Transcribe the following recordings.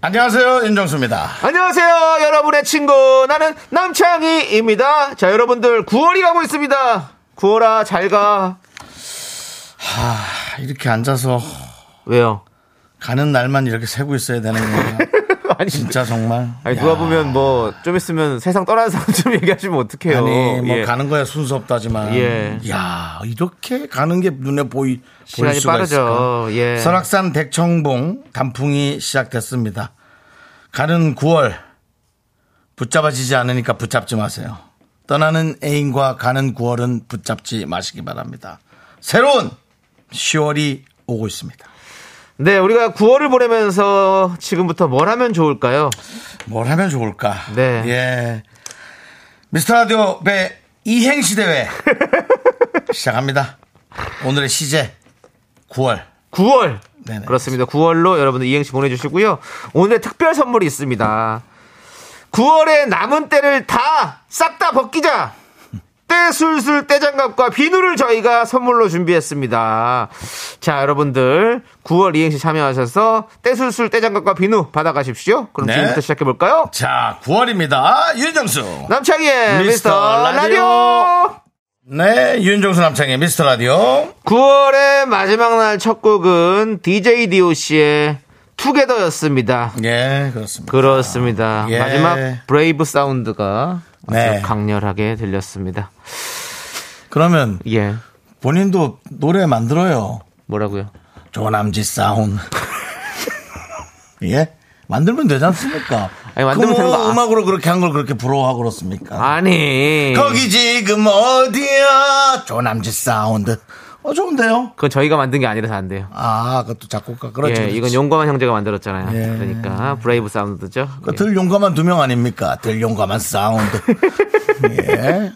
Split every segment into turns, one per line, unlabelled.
안녕하세요 윤정수입니다.
안녕하세요, 여러분의 친구. 나는 남창희입니다. 자, 여러분들, 9월이 가고 있습니다. 9월아, 잘 가.
아, 이렇게 앉아서
왜요?
가는 날만 이렇게 세고 있어야 되는 거야.
아니,
진짜 정말.
아니,
야.
누가 보면 뭐, 좀 있으면 세상 떠나는 사람처럼 얘기하시면 어떡해요.
아니 뭐
예.
가는 거야 순서 없다지만.
예.
야 이렇게 가는 게 눈에 보이 보일
시간이
수가
빠르죠.
있을까?
예.
설악산 백청봉 단풍이 시작됐습니다. 가는 9월 붙잡아지지 않으니까 붙잡지 마세요. 떠나는 애인과 가는 9월은 붙잡지 마시기 바랍니다. 새로운 10월이 오고 있습니다.
네, 우리가 9월을 보내면서 지금부터 뭘 하면 좋을까요?
뭘 하면 좋을까?
네.
예. 미스터 라디오 배 이행시 대회 시작합니다. 오늘의 시제 9월.
9월.
네네.
그렇습니다. 9월로 여러분들 이행시 보내주시고요. 오늘의 특별 선물이 있습니다. 9월의 남은 때를 다 싹 다 벗기자. 때술술 때장갑과 비누를 저희가 선물로 준비했습니다. 자, 여러분들 9월 이행시 참여하셔서 때술술 때장갑과 비누 받아가십시오. 그럼
네.
지금부터 시작해 볼까요?
자, 9월입니다. 윤정수.
남창희의
미스터
미스터
라디오.
라디오.
네, 윤정수 남창의 미스터 라디오.
9월의 마지막 날 첫 곡은 DJ DOC의 투게더였습니다.
예, 그렇습니다.
그렇습니다.
예.
마지막 브레이브 사운드가 아주
네.
강렬하게 들렸습니다.
그러면
예.
본인도 노래 만들어요.
뭐라고요?
조남지 사운. 예? 만들면 되지 않습니까?
아니, 만들면
그 뭐
되는 거 아-
음악으로 그렇게 한 걸 그렇게 부러워하고 그렇습니까?
아니.
거기 지금 어디야? 조남지 사운드. 어, 좋은데요?
그건 저희가 만든 게 아니라서 안 돼요.
아, 그것도 작곡가. 그렇죠.
예, 이건
그렇지.
용감한 형제가 만들었잖아요.
예.
그러니까 브레이브 사운드죠.
그들 용감한 두 명 아닙니까? 들 용감한 사운드. 예.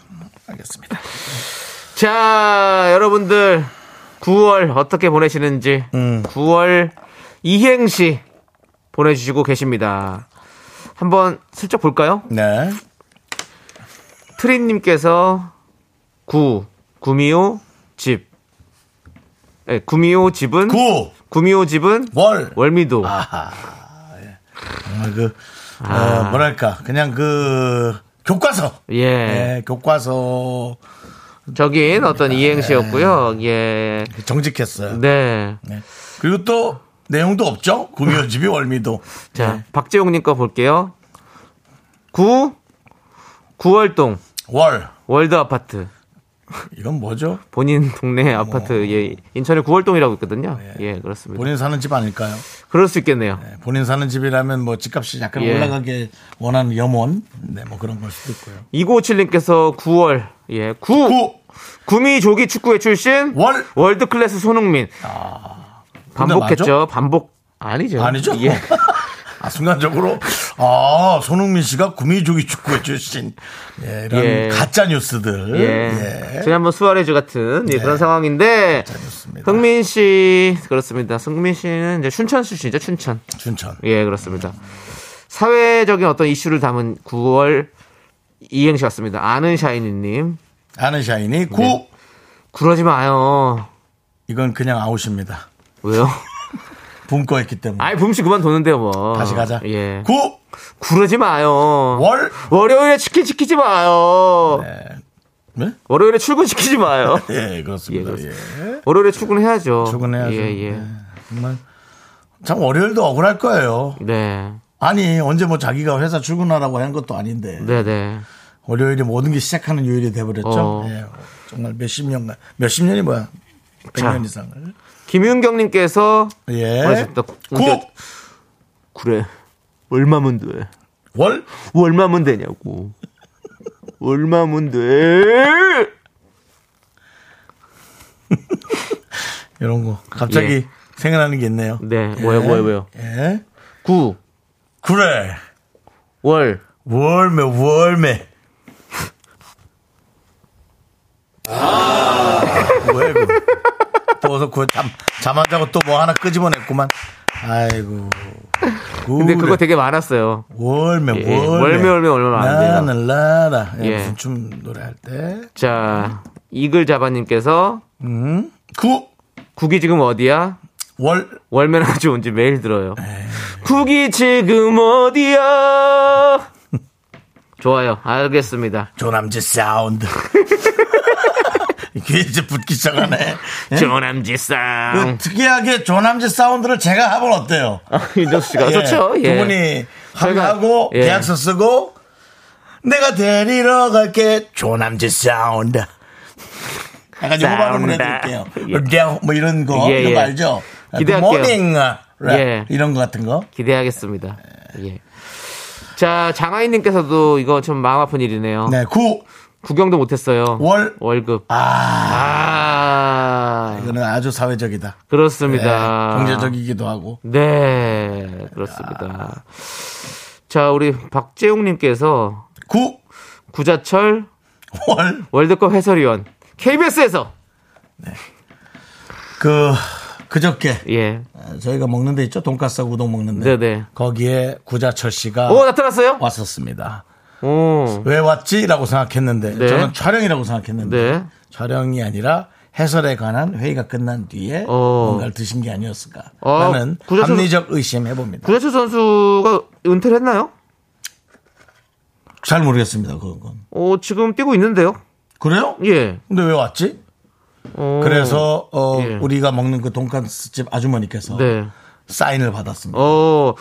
알겠습니다.
예. 자, 여러분들 9월 어떻게 보내시는지
음.
9월 이행시 보내주시고 계십니다. 한번 슬쩍 볼까요?
네.
트린님께서 구 구미호 집. 예, 구미호 아. 집은
구,
구미호 집은
월.
월미도.
정말 그, 어,
아.
뭐랄까. 그냥 그, 교과서.
예.
예, 교과서.
저긴 어떤 이행시였고요. 예.
정직했어요.
네.
네. 그리고 또, 내용도 없죠? 구미호집이 월미도.
자, 박재용 님거 볼게요. 구 구월동
월.
월드 아파트.
이건 뭐죠?
본인 동네 아파트 예. 인천의 구월동이라고 있거든요. 예, 그렇습니다.
본인 사는 집 아닐까요?
그럴 수 있겠네요.
네, 본인 사는 집이라면 뭐 집값이 약간
예.
올라가게 원하는 염원. 네, 뭐 그런 걸 수도 있고요. 어?
2957 님께서 구월 예. 구
구,
구미 조기 축구회 출신
월. 아,
월드 클래스 손흥민.
근데
반복했죠. 반복 아니죠.
아니죠?
예.
아, 순간적으로 아 손흥민 씨가 구미조기 축구에 출신 예, 이런
예.
가짜 뉴스들
예.
예.
저희 한번 수아레즈 같은 예, 그런 상황인데
좋습니다.
흥민 씨 그렇습니다. 흥민 씨는 이제 춘천 출신이죠. 춘천.
춘천
예, 그렇습니다. 사회적인 어떤 이슈를 담은 9월 이행시였습니다. 아는 샤이니님
아는 샤인이 구
네. 그러지 마요.
이건 그냥 아웃입니다.
왜요?
붕거했기 때문에
아이 붐씨 그만 도는데요 뭐.
다시 가자.
예.
구
그러지 마요.
월
월요일에 치킨 시키지 마요.
네?
월요일에 출근 시키지 마요.
예 그렇습니다.
예,
예,
월요일에 출근해야죠.
출근해야죠.
예, 예.
정말 참 월요일도 억울할 거예요.
네.
아니 언제 뭐 자기가 회사 출근하라고 한 것도 아닌데
네, 네.
월요일이 모든 게 시작하는 요일이 돼버렸죠.
어.
예, 정말 몇십 년간 몇십 년이 뭐야? 백
자.
년 이상을.
김윤경 님께서
예.
보내셨다.
구,
그러니까 그래. 얼마면 돼?
월,
얼마면 되냐고. 얼마면 돼?
이런 거 갑자기
예.
생각나는 게 있네요.
네. 뭐요, 뭐요, 뭐요.
예.
9.
그래.
월.
월매, 월매. 아, 왜, 그. 또서 그, 잠, 잠안 자고 또 뭐 하나 끄집어냈구만. 아이고.
근데 그거
그래.
되게 많았어요.
월매,
예, 예.
월매.
월매, 월매 얼마 안 돼요.
나는 라라. 예,
예.
무슨 춤 노래할 때.
자, 이글 자바님께서
음. 구,
국이 지금 어디야?
월,
월면 아주 온지 매일 들어요. 국이 지금 어디야? 좋아요. 알겠습니다.
조남지 사운드. 이게 이제 붙기 시작하네. 예?
조남지
그
쌍.
특이하게 조남지 사운드를 제가 하면 어때요?
아, 윤정수 씨가 좋죠. 예.
두 분이
저희가-
합의하고
예.
계약서 쓰고 내가 데리러 갈게 조남지 사운드. 약간 이제 호박을
사운드.
보내드릴게요. 예. 뭐 이런 거
예,
이런
예.
거 알죠? 그
기대할게요.
모닝
예.
이런 거 같은 거.
기대하겠습니다. 예. 자, 장하인님께서도 이거 좀 마음 아픈 일이네요.
네, 구
구경도 못했어요.
월.
월급.
아,
아,
이거는 아주 사회적이다. 네,
그렇습니다.
경제적이기도 하고.
네, 그렇습니다. 자, 우리 박재웅님께서
구
구자철
월
월드컵 해설위원 KBS에서
그 그저께
예,
저희가 먹는 데 있죠? 돈가스하고 우동 먹는 데.
네네.
거기에 구자철 씨가
오 나타났어요?
왔었습니다.
오,
왜 왔지라고 생각했는데
네.
저는 촬영이라고 생각했는데
네.
촬영이 아니라 해설에 관한 회의가 끝난 뒤에
어.
뭔가를 드신 게 아니었을까
어,
라는
구자철-
합리적 의심 해봅니다.
구자철 선수가 은퇴를 했나요?
잘 모르겠습니다. 그건
오, 지금 뛰고 있는데요.
그래요?
예.
근데 왜 왔지?
어,
그래서 어,
예.
우리가 먹는 그 돈가스집 아주머니께서
네.
사인을 받았습니다.
어,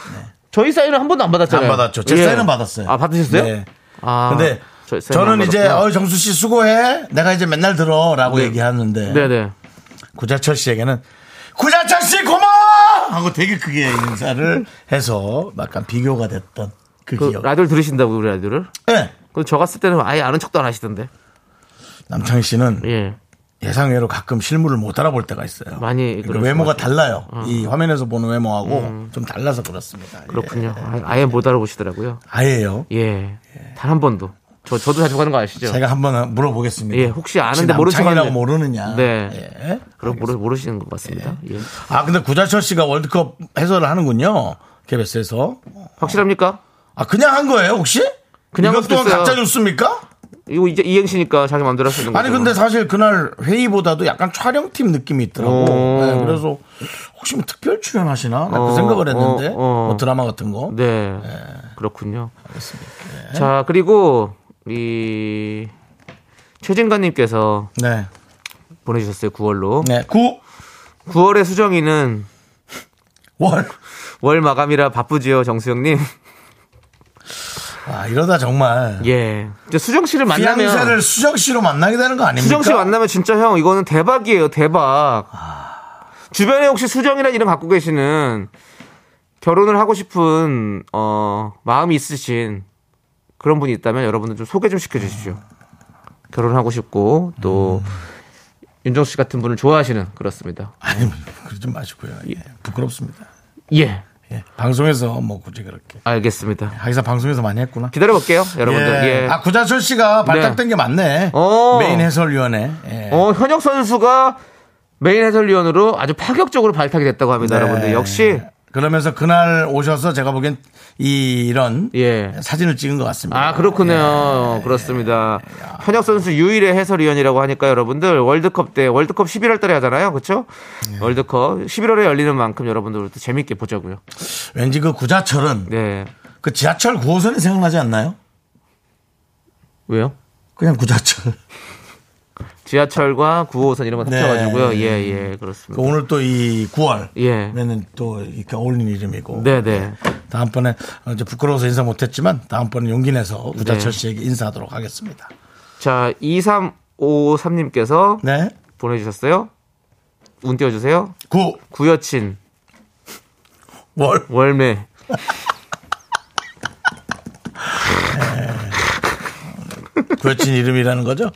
저희 사인은 한 번도 안 받았잖아요.
네. 안 받았죠. 제
예.
사인은 받았어요.
아 받으셨어요?
네.
아,
근데
저희 사인은
저는
안
이제
받았구나. 네.
어, 정수 씨 수고해. 내가 이제 맨날 들어라고 얘기하는데
네네.
구자철 씨에게는 구자철 씨 고마워 하고 되게 크게 인사를 해서 약간 비교가 됐던 그,
그
기억.
라디오 들으신다고 우리 라디오를?
예.
근데 저 갔을 때는 아예 아는 척도 안 하시던데.
남창희 씨는
예.
예상외로 가끔 실물을 못 알아볼 때가 있어요.
많이
그러니까
그럴 것
외모가 달라요. 이 화면에서 보는 외모하고 좀 달라서 그렇습니다. 예.
음. 그렇군요. 아- 아예 못 알아보시더라고요.
아예요.
예. 단 한 번도. 저 저도 자주 가는 거 아시죠?
제가 한번 물어보겠습니다.
그렇죠. 예, 혹시 아는데 모르는 척
남창희라고
하는데.
모르느냐.
네.
예.
그럼 모르, 모르시는 것 같습니다. 예.
아 근데 구자철 씨가 월드컵 해설을 하는군요. KBS에서.
확실합니까?
아 그냥 한 거예요 혹시?
그냥
이것
할 수도
또한
있어요. 네,
가짜 뉴스입니까?
이거 이제 이행시니까 자기 마음대로 하시는 거죠.
아니 근데 사실 그날 회의보다도 약간 촬영팀 느낌이 있더라고.
어.
네, 그래서 혹시 뭐 특별 출연하시나 나그
어,
생각을 했는데
어, 어.
뭐 드라마 같은 거.
네. 그렇군요. 자, 그리고 이 최진관님께서
네,
보내주셨어요. 9월로.
네, 구
9월의 수정이는
월.
월 마감이라 바쁘지요, 정수영님.
아 이러다 정말
예. 이제 수정 씨를 만나면
피앙세를 수정 씨로 만나게 되는 거 아닙니까?
수정 씨 만나면 진짜 형 이거는 대박이에요, 대박.
아.
주변에 혹시 수정이라는 이름 갖고 계시는 결혼을 하고 싶은 어 마음이 있으신 그런 분이 있다면 여러분들 좀 소개 좀 시켜 주십시오. 결혼하고 싶고 또
음.
윤정수 씨 같은 분을 좋아하시는 그렇습니다.
아니 그러지 마시고요. 예, 부끄럽습니다.
예.
예, 방송에서 뭐 굳이 그렇게. 아,
알겠습니다.
하기사 방송에서 많이 했구나.
기다려 볼게요, 예, 여러분들.
예.
예.
아 구자철 씨가 발탁된 게 맞네.
어.
메인 해설위원회. 예.
어, 현역 선수가 메인 해설위원으로 아주 파격적으로 발탁이 됐다고 합니다,
네.
여러분들. 역시
그러면서 그날 오셔서 제가 보기엔 이, 이런
예.
사진을 찍은 것 같습니다.
아 그렇군요 그렇습니다 현역 선수 유일의 해설위원이라고 하니까 여러분들 월드컵 때 월드컵 11월달에 하잖아요 그렇죠 월드컵 11월에 열리는 만큼 여러분들도 재밌게 보자고요
왠지 그 구자철은
네
그 지하철 9호선이 생각나지 않나요?
왜요
그냥 구자철.
지하철과 9호선 이런 거
네.
합쳐가지고요 예예
그
그렇습니다
오늘 또 이 9월.
예.
에는 또 이렇게 어울리는 이름이고.
네네
다음번에 어, 이제 부끄러워서 인사 못했지만 다음번에 용기 내서 구자철
네.
씨에게 인사하도록 하겠습니다.
자 2353님께서
네.
보내주셨어요 운 띄워주세요
구
구여친
월.
월매
구여친 이름이라는 거죠?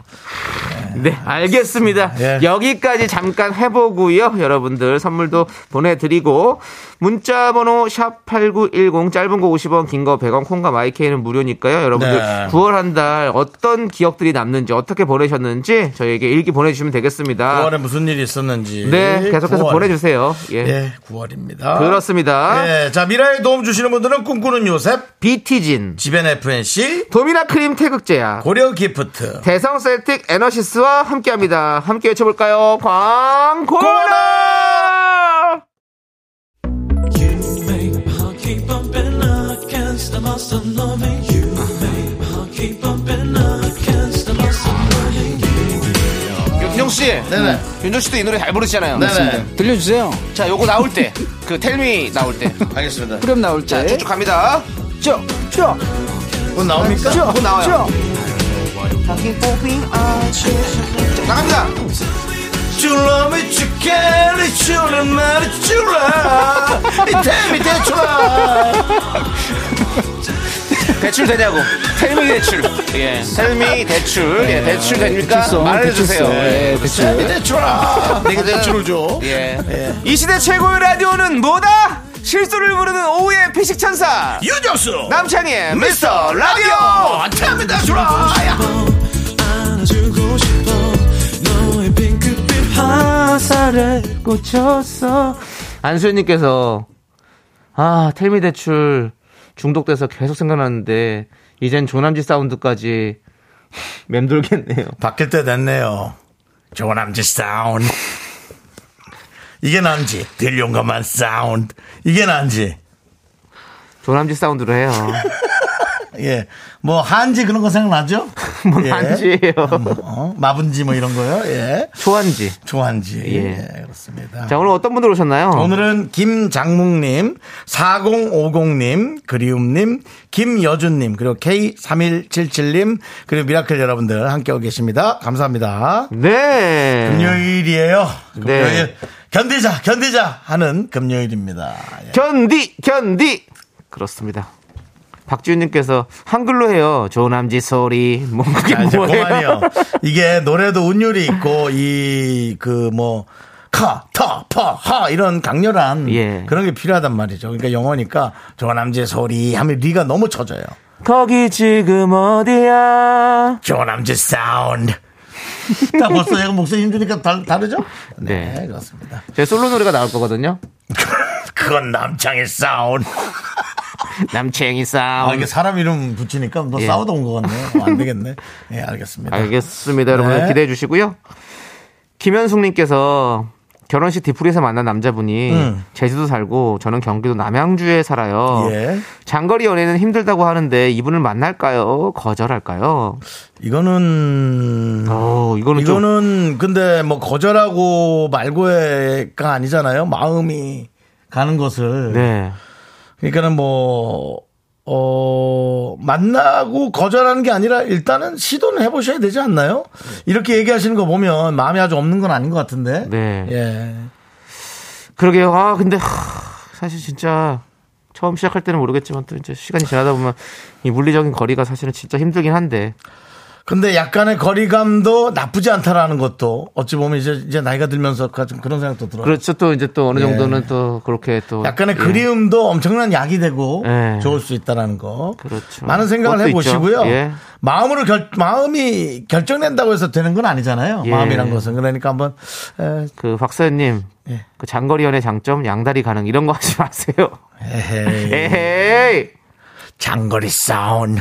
네, 네, 알겠습니다.
예.
여기까지 잠깐 해보고요. 여러분들 선물도 보내드리고 문자번호 샵 #8910 짧은 거 50원, 긴 거 100원, 콩과 마이케이는 무료니까요. 여러분들
네.
9월 한 달 어떤 기억들이 남는지 어떻게 보내셨는지 저희에게 일기 보내주시면 되겠습니다.
9월에 무슨 일이 있었는지.
아. 네, 계속해서
9월.
보내주세요. 예.
예, 9월입니다.
그렇습니다.
예, 자, 미라에 도움 주시는 분들은 꿈꾸는 요셉,
비티진,
지벤 FNC,
도미나 크림 태극제야,
고려 기프트.
대성 셀틱 에너시스와 함께합니다. 함께 외쳐볼까요? 광고라! 윤정 씨,
네네.
윤정 씨도 이 노래 잘 부르시잖아요.
네네.
들려주세요.
자, 요거 나올 때, 그 텔미 나올 때,
알겠습니다.
그럼 나올 때.
쭉쭉 갑니다.
쭉, 쭉,
그건 나옵니까?
쭉,
곧 나와요. 자, 나갑니다.
You love me, you care, it's you love me, it's you love. It's me, that's right.
대출 되냐고. 텔미 대출. 예. 텔미 대출. 예. 대출 됩니까?
대출성,
말해주세요.
대출성. 예, 대출.
It's me, that's right. 내가 대출을 줘.
예. 이 시대 최고의 라디오는 뭐다? 실수를 부르는 오후의 피식천사.
유정수.
남창희의 미스터 라디오!
Tell me that's right.
꽂혔어. 안수현님께서, 아, 텔미 대출 중독돼서 계속 생각나는데, 이젠 조남지 사운드까지 맴돌겠네요.
바뀔 때 됐네요. 조남지 사운드. 이게 난지. 될 용감한 사운드. 이게 난지.
조남지 사운드로 해요.
예. 뭐, 한지 그런 거 생각나죠?
뭔
예.
한지예요.
뭐, 어? 마분지 뭐 이런 거요. 예.
초한지.
조한지. 예.
예.
그렇습니다.
자, 오늘 어떤 분들 오셨나요?
오늘은 김장묵님, 4050님, 그리움님, 김여준님, 그리고 K3177님, 그리고 미라클 여러분들 함께하고 계십니다. 감사합니다.
네.
금요일이에요.
네.
금요일. 견디자, 견디자 하는 금요일입니다. 예.
견디 견디 그렇습니다. 박지훈님께서 한글로 해요. 조남지 소리 뭐 그게
자, 아, 이제
뭐예요?
그만이요. 이게 노래도 운율이 있고, 이, 그 뭐, 카, 타, 파, 하, 이런 강렬한
예.
그런 게 필요하단 말이죠. 그러니까 영어니까 조남지의 소리 하면 리가 너무 쳐져요.
거기 지금 어디야?
조남지 사운드. 나 벌써 얘가 목소리 힘드니까 다, 다르죠? 네,
네.
그렇습니다.
제 솔로 노래가 나올 거거든요.
그건 남창의 사운드.
남채영이
아,
싸움.
이게 사람 이름 붙이니까 너
예.
싸우다 온 것 같네. 어, 안 되겠네. 예, 알겠습니다.
알겠습니다.
네.
여러분 기대해 주시고요. 김현숙님께서 결혼식 뒤풀이에서 만난 남자분이
음.
제주도 살고 저는 경기도 남양주에 살아요.
예.
장거리 연애는 힘들다고 하는데 이분을 만날까요? 거절할까요?
이거는
어, 이거는 좀
이거는 근데 뭐 거절하고 말고가 아니잖아요. 마음이 가는 것을.
네.
그러니까는 뭐, 어, 만나고 거절하는 게 아니라 일단은 시도는 해보셔야 되지 않나요? 이렇게 얘기하시는 거 보면 마음이 아주 없는 건 아닌 것 같은데.
네.
예.
그러게요. 아, 근데 하, 사실 진짜 처음 시작할 때는 모르겠지만 또 이제 시간이 지나다 보면 이 물리적인 거리가 사실은 진짜 힘들긴 한데.
근데 약간의 거리감도 나쁘지 않다라는 것도 어찌 보면 이제, 이제 나이가 들면서 좀 그런 생각도 들어요.
그렇죠. 또 이제 또 어느
예.
정도는 또 그렇게 또
약간의
예.
그리움도 엄청난 약이 되고
예.
좋을 수 있다라는 거.
그렇죠.
많은 생각을
그것도
해보시고요.
있죠. 예.
마음으로 결, 마음이 결정된다고 해서 되는 건 아니잖아요.
예.
마음이란 것은 그러니까 한번 에,
그 박사님.
예.
그 장거리 연애 장점 양다리 가능 이런 거 하지 마세요.
에헤이.
예. 에헤이.
장거리 싸운.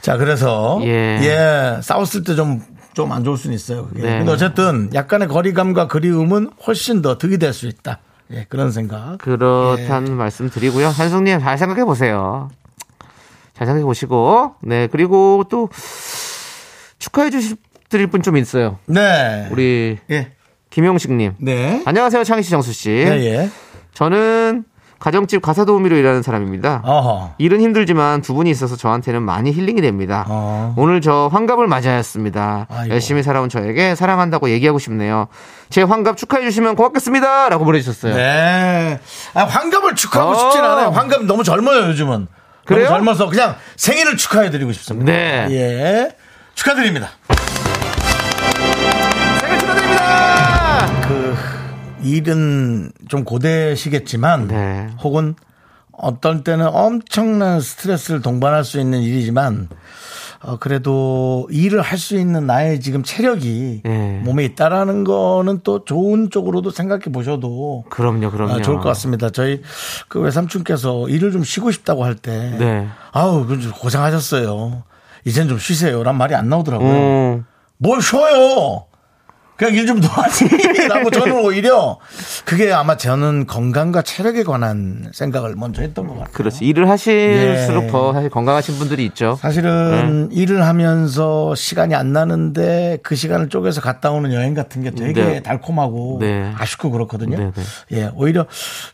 자, 그래서 예,
예.
싸웠을 때 좀 좀 안 좋을 수는 있어요. 그게.
네.
근데 어쨌든 약간의 거리감과 그리움은 훨씬 더 득이 될 수 있다. 예, 그런 생각.
그렇다는
예.
말씀 드리고요. 한숙님 잘 생각해 보세요. 잘 생각해 보시고 네 그리고 또 축하해 주실 드릴 분 좀 있어요.
네.
우리 아,
예.
김용식님.
네.
안녕하세요, 창희 씨, 정수 씨.
예, 예.
저는 가정집 가사 도우미로 일하는 사람입니다.
어허.
일은 힘들지만 두 분이 있어서 저한테는 많이 힐링이 됩니다.
어.
오늘 저 환갑을 맞이하였습니다.
아이고.
열심히 살아온 저에게 사랑한다고 얘기하고 싶네요. 제 환갑 축하해 주시면 고맙겠습니다. 라고 보내주셨어요.
네. 아, 환갑을 축하하고
어.
싶진 않아요. 환갑 너무 젊어요, 요즘은.
그래요?
너무 젊어서 그냥 예. 생일을 축하해드리고 싶습니다.
네.
예. 축하드립니다. 그 일은 좀 고되시겠지만
네.
혹은 어떤 때는 엄청난 스트레스를 동반할 수 있는 일이지만 어, 그래도 일을 할 수 있는 나의 지금 체력이
네.
몸에 있다라는 거는 또 좋은 쪽으로도 생각해 보셔도
그럼요, 그럼요.
아, 좋을 것 같습니다. 저희 그 외삼촌께서 일을 좀 쉬고 싶다고 할 때,
네.
아우 그건 좀 고생하셨어요. 이젠 좀 쉬세요란 말이 안 나오더라고요.
음,
뭘 쉬어요? 그냥 일 좀 도와주라고 저는 오히려 그게 아마 저는 건강과 체력에 관한 생각을 먼저 했던 것 같아요.
그렇지. 일을 하실수록
예.
더 사실 건강하신 분들이 있죠.
사실은
네.
일을 하면서 시간이 안 나는데 그 시간을 쪼개서 갔다 오는 여행 같은 게 되게
네.
달콤하고
네.
아쉽고 그렇거든요.
네, 네.
예, 오히려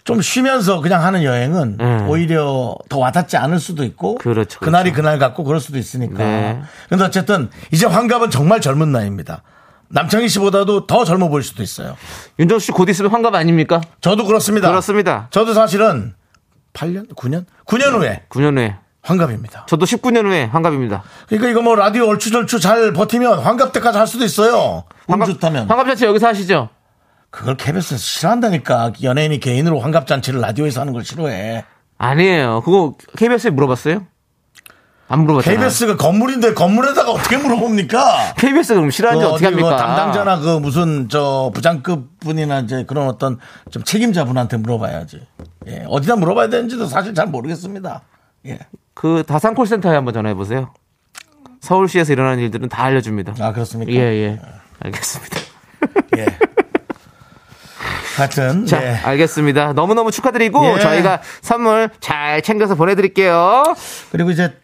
좀 쉬면서 그냥 하는 여행은 오히려 더 와닿지 않을 수도 있고
네. 그렇죠,
날이 그날 같고 그럴 수도 있으니까.
네.
근데 어쨌든 이제 환갑은 정말 젊은 나이입니다. 남창희 씨보다도 더 젊어 보일 수도 있어요.
윤정수 씨 곧 있으면 환갑 아닙니까?
저도 그렇습니다.
그렇습니다.
저도 사실은 8년, 9년, 9년 후에
9년 후에.
환갑입니다.
저도 19년 후에 환갑입니다.
그러니까 이거 뭐 라디오 얼추절추 잘 버티면 환갑 때까지 할 수도 있어요. 환갑,
환갑,
좋다면
환갑 자체 여기서 하시죠?
그걸 KBS에서 싫어한다니까 연예인이 개인으로 환갑 잔치를 라디오에서 하는 걸 싫어해.
아니에요. 그거 KBS에 물어봤어요? 안 물어봤잖아요.
KBS가 그 건물인데 건물에다가 어떻게 물어봅니까?
KBS 그럼 싫어하는지
그
어떻게
어디 그
합니까?
담당자나 그 무슨 저 부장급 분이나 이제 그런 어떤 좀 책임자 분한테 물어봐야지. 예, 어디다 물어봐야 되는지도 사실 잘 모르겠습니다. 예.
그 다산 콜센터에 한번 전화해 보세요. 서울시에서 일어나는 일들은 다 알려줍니다.
아 그렇습니까?
예, 예. 알겠습니다.
예. 하여튼
자, 아-
예.
알겠습니다. 너무너무 축하드리고
예.
저희가 선물 잘 챙겨서 보내드릴게요.
그리고 이제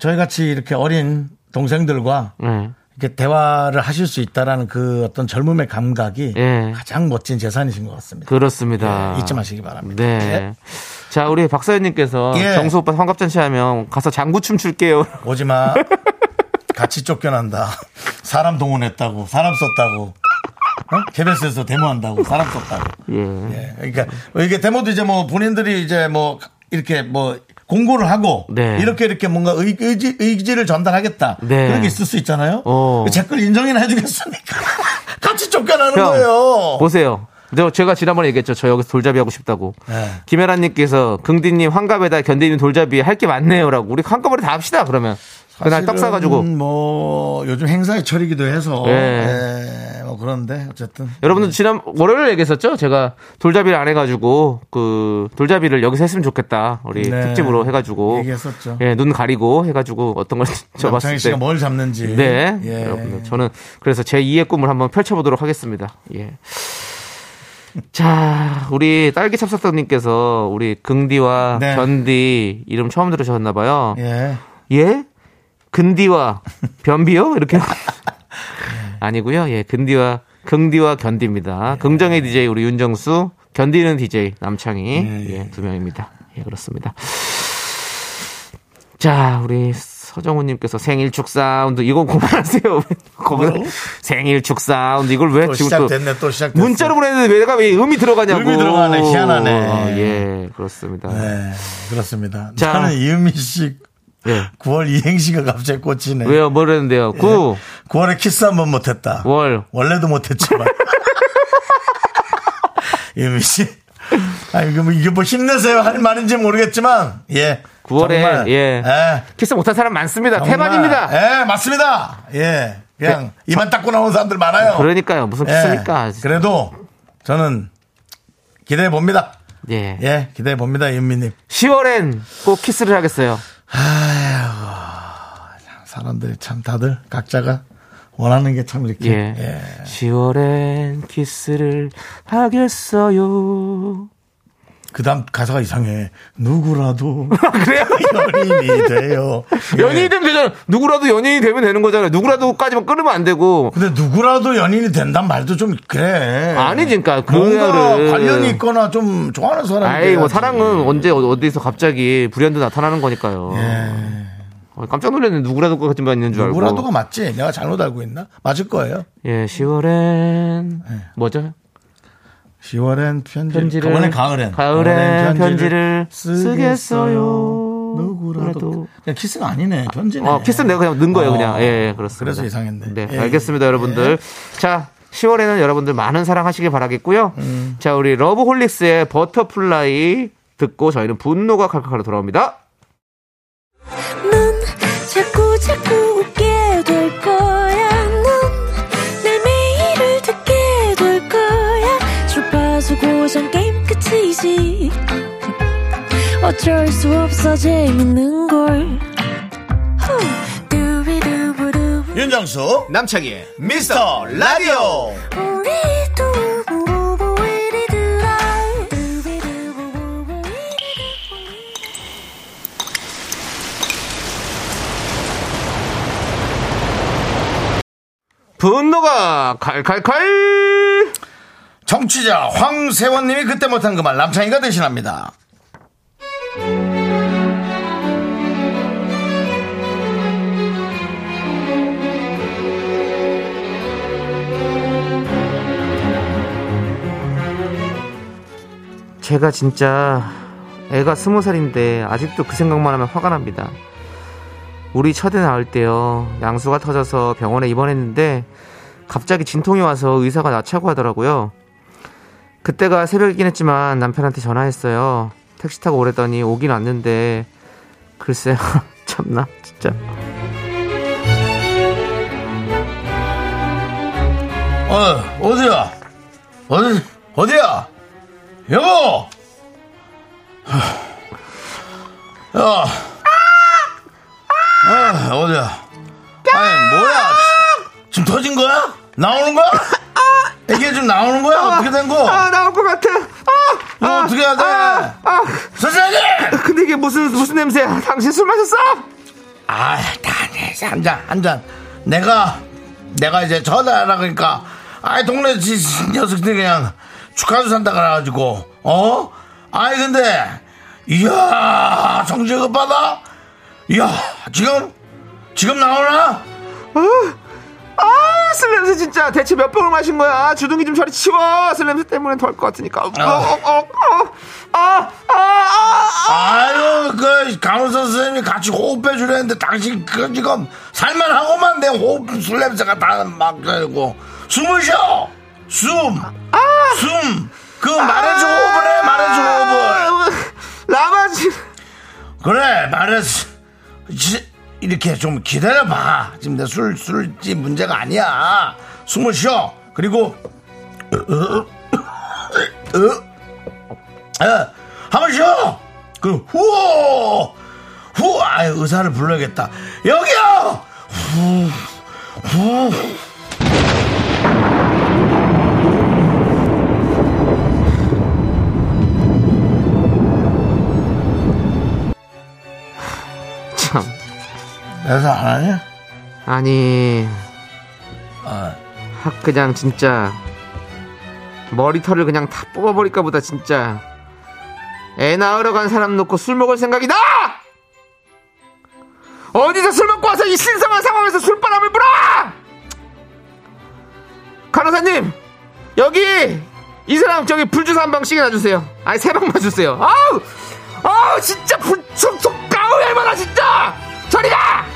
저희 같이 이렇게 어린 동생들과
네.
이렇게 대화를 하실 수 있다라는 그 어떤 젊음의 감각이
예.
가장 멋진 재산이신 것 같습니다.
그렇습니다.
예, 잊지 마시기 바랍니다.
네.
예.
자, 우리 박사연님께서
예.
정수 오빠 환갑잔치 하면 가서 장구춤 출게요.
오지 마. 같이 쫓겨난다. 사람 동원했다고, 사람 썼다고. 어? KBS에서 데모한다고, 사람 썼다고.
예.
예. 그러니까 이게 데모도 이제 뭐 본인들이 이제 뭐 이렇게 뭐 공고를 하고
네.
이렇게 이렇게 뭔가 의, 의지, 의지를 전달하겠다
네.
그런 게 있을 수 있잖아요. 그
어.
제 걸 인정이나 해주겠습니까? 같이 쫓겨나는
형,
거예요.
보세요. 저- 제가 지난번에 얘기했죠. 저 여기서 돌잡이 하고 싶다고.
네.
김혜란님께서 긍디님 환갑에다 견디님 돌잡이 할 게 많네요라고. 우리 한꺼번에 다 합시다. 그러면 그날 떡
사실은
사가지고
뭐 요즘 행사의 철이기도 해서
예.
예, 뭐 그런데 어쨌든
여러분들 지난 월요일에 얘기했었죠? 제가 돌잡이를 안 해가지고 그 돌잡이를 여기서 했으면 좋겠다. 우리
네.
특집으로 해가지고
얘기했었죠.
예, 눈 가리고 해가지고 어떤 걸
남창희
접었을 그렇죠. 때.
씨가 뭘 잡는지
네,
예.
여러분들 저는 그래서 제 2의 꿈을 한번 펼쳐보도록 하겠습니다. 예. 자, 우리 딸기 찹쌀떡님께서 우리 긍디와
네.
견디 이름 처음 들으셨나봐요.
예.
예? 근디와 변비요? 이렇게. 아니고요. 예, 근디와 긍디와
예.
견디입니다. 긍정의 DJ 우리 윤정수, 견디는 DJ 남창희 예, 두 명입니다. 예, 그렇습니다. 자, 우리 서정훈님께서 생일 축 사운드 이거 그만하세요. 거기서 생일 축 사운드 이걸 왜
또
지금 또
시작됐네 또 시작됐어.
문자로 보냈는데 내가 왜 음이 들어가냐고.
음이 들어가네. 희한하네.
어, 예, 그렇습니다.
네, 그렇습니다.
자.
저는 이은미 씨
예.
9월 이행시가 갑자기 꽂히네.
왜요? 뭘 했는데요? 구
예. 9월에 키스 한 번 못했다.
월.
원래도 못했지만. 이은미 씨. 아, 이거 뭐, 이게 뭐 힘내세요 할 말인지 모르겠지만, 예.
9월에,
정말,
예. 키스 못한 사람 많습니다. 태반입니다.
정말, 예, 맞습니다. 예. 그냥 입만 닦고 나온 사람들 많아요.
그러니까요. 무슨
예.
키스입니까?
그래도 저는 기대해 봅니다.
예.
예, 기대해 봅니다, 이은미님.
10월엔 꼭 키스를 하겠어요.
사람들이 참 다들 각자가 원하는 게 참 이렇게.
예.
예.
10월엔 키스를 하겠어요.
그 다음 가사가 이상해. 누구라도
아, 그래요?
연인이 돼요. 예.
연인이 되면 되잖아. 누구라도 연인이 되면 되는 거잖아요. 누구라도까지만 끊으면 안 되고.
근데 누구라도 연인이 된단 말도 좀 그래.
아니지, 그러니까. 그
예. 뭔가
거를.
관련이 있거나 좀 좋아하는 사람이.
아이, 뭐,
돼야지.
사랑은 언제, 어- 어디서 갑자기 불현듯 나타나는 거니까요.
예.
어, 깜짝 놀랐는데 누구라도 같지만 있는 줄 알고.
누구라도가 맞지? 내가 잘못 알고 있나? 맞을 거예요.
예, 10월엔.
예.
뭐죠?
10월엔 편지를.
편지를
그번엔 가을엔.
가을엔
가을엔
편지를 쓰겠어요.
누구라도.
누구라도.
그냥 키스가 아니네. 편지네.
어, 키스는 내가 그냥 넣은 거예요,
어,
그냥. 예, 예, 그렇습니다.
그래서 이상했네.
네,
예.
알겠습니다, 여러분들. 자, 10월에는 여러분들 많은 사랑하시길 바라겠고요.
음.
자, 우리 러브홀릭스의 버터플라이 듣고 저희는 분노가 칼칼칼로 돌아옵니다.
넌 자꾸 자꾸 웃게 될 거야. 넌내 매일을 듣게 될 거야. 주파수 고정 게임 끝이지. 어쩔 수 없어 재밌는 걸. 후. 두비두부두.
윤정수
남창희의
미스터 라디오
우리 두부부부 우리 두라. 두비두부부부 우리 두부부.
분노가 칼칼칼!
정취자 황세원님이 그때 못한 그 말 남창희가 대신합니다
제가 진짜 애가 스무 살인데 아직도 그 생각만 하면 화가 납니다. 우리 첫애 낳을 때요 양수가 터져서 병원에 입원했는데 갑자기 진통이 와서 의사가 낳자고 하더라고요. 그때가 새벽이긴 했지만 남편한테 전화했어요. 택시 타고 오랬더니 오긴 왔는데 글쎄요 참나 진짜
어, 어디야? 어디, 어디야? 여보! 어. 하, 야. 아, 어. 어디야? 아니, 뭐야? 지금 터진 거야? 나오는 거야? 이게 지금 나오는 거야? 어떻게 된 거?
아 나올 것 같아
이거
아,
어떻게 해야 돼?
아, 아,
선생님!
근데 이게 무슨 무슨 냄새야 당신 술 마셨어?
아, 다 내, 한 잔, 한 잔. 내가, 내가 이제 전화하라 그러니까, 아이, 동네 지, 지- 녀석들이 그냥 축하주 산다 그래가지고, 어? 아이, 근데, 이야, 정신급 받아? 이야, 지금, 지금 나오나?
아, 술 냄새 진짜 대체 몇 병을 마신 거야? 주둥이 좀 저리 치워. 술 냄새 때문에 더울 것 같으니까. 어,
아.
어, 어, 어. 아, 아, 아, 아.
아유, 그, 간호사 선생님이 같이 호흡 빼주려 했는데, 당신, 그, 지금, 살만 하고만 내 호흡, 술 냄새가 다 막, 그고 숨을 쉬어! 숨! 숨! 그, 말해줘,
아.
호흡을 해, 말해줘, 호흡을!
나머지
그래 말했어 지- 이렇게 좀 기다려봐 지금 내 술, 술집 문제가 아니야 숨을 쉬어 그리고 으, 으, 에, 한번 쉬어 그리고 후호 후 아유 의사를 불러야겠다 여기요 후후
참.
내사 안 하냐
아니,
아,
하, 그냥 진짜 머리털을 그냥 다 뽑아버릴까 보다 진짜. 애 낳으러 간 사람 놓고 술 먹을 생각이 나! 어디서 술 먹고 와서 이 신성한 상황에서 술바람을 불어! 간호사님 여기 이 사람 저기 불주사 한 방씩이나 주세요. 아니 세 방만 주세요. 아우 아우 진짜 불속속 까우 얼마나 진짜 저리가!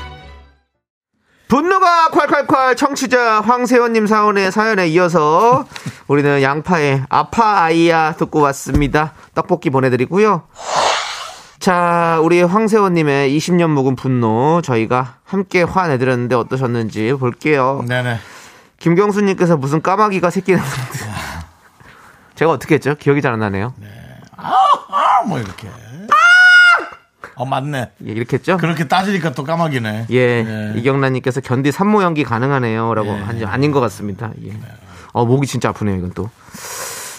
분노가 콸콸콸 청취자 황세원님 사원의 사연에 이어서 우리는 양파의 아파아이야 듣고 왔습니다. 떡볶이 보내드리고요. 자, 우리 황세원님의 20년 묵은 분노 저희가 함께 화내드렸는데 어떠셨는지 볼게요.
네네
김경수님께서 무슨 까마귀가 새끼는 제가 어떻게 했죠? 기억이 잘 안 나네요.
아 뭐 이렇게 어 맞네
예, 이렇게 했죠?
그렇게 따지니까 또 까마귀네
예,
예.
이경란님께서 견디 산모 연기 가능하네요라고 한지 아닌 것 같습니다. 예.
네.
어 목이 진짜 아프네요 이건 또.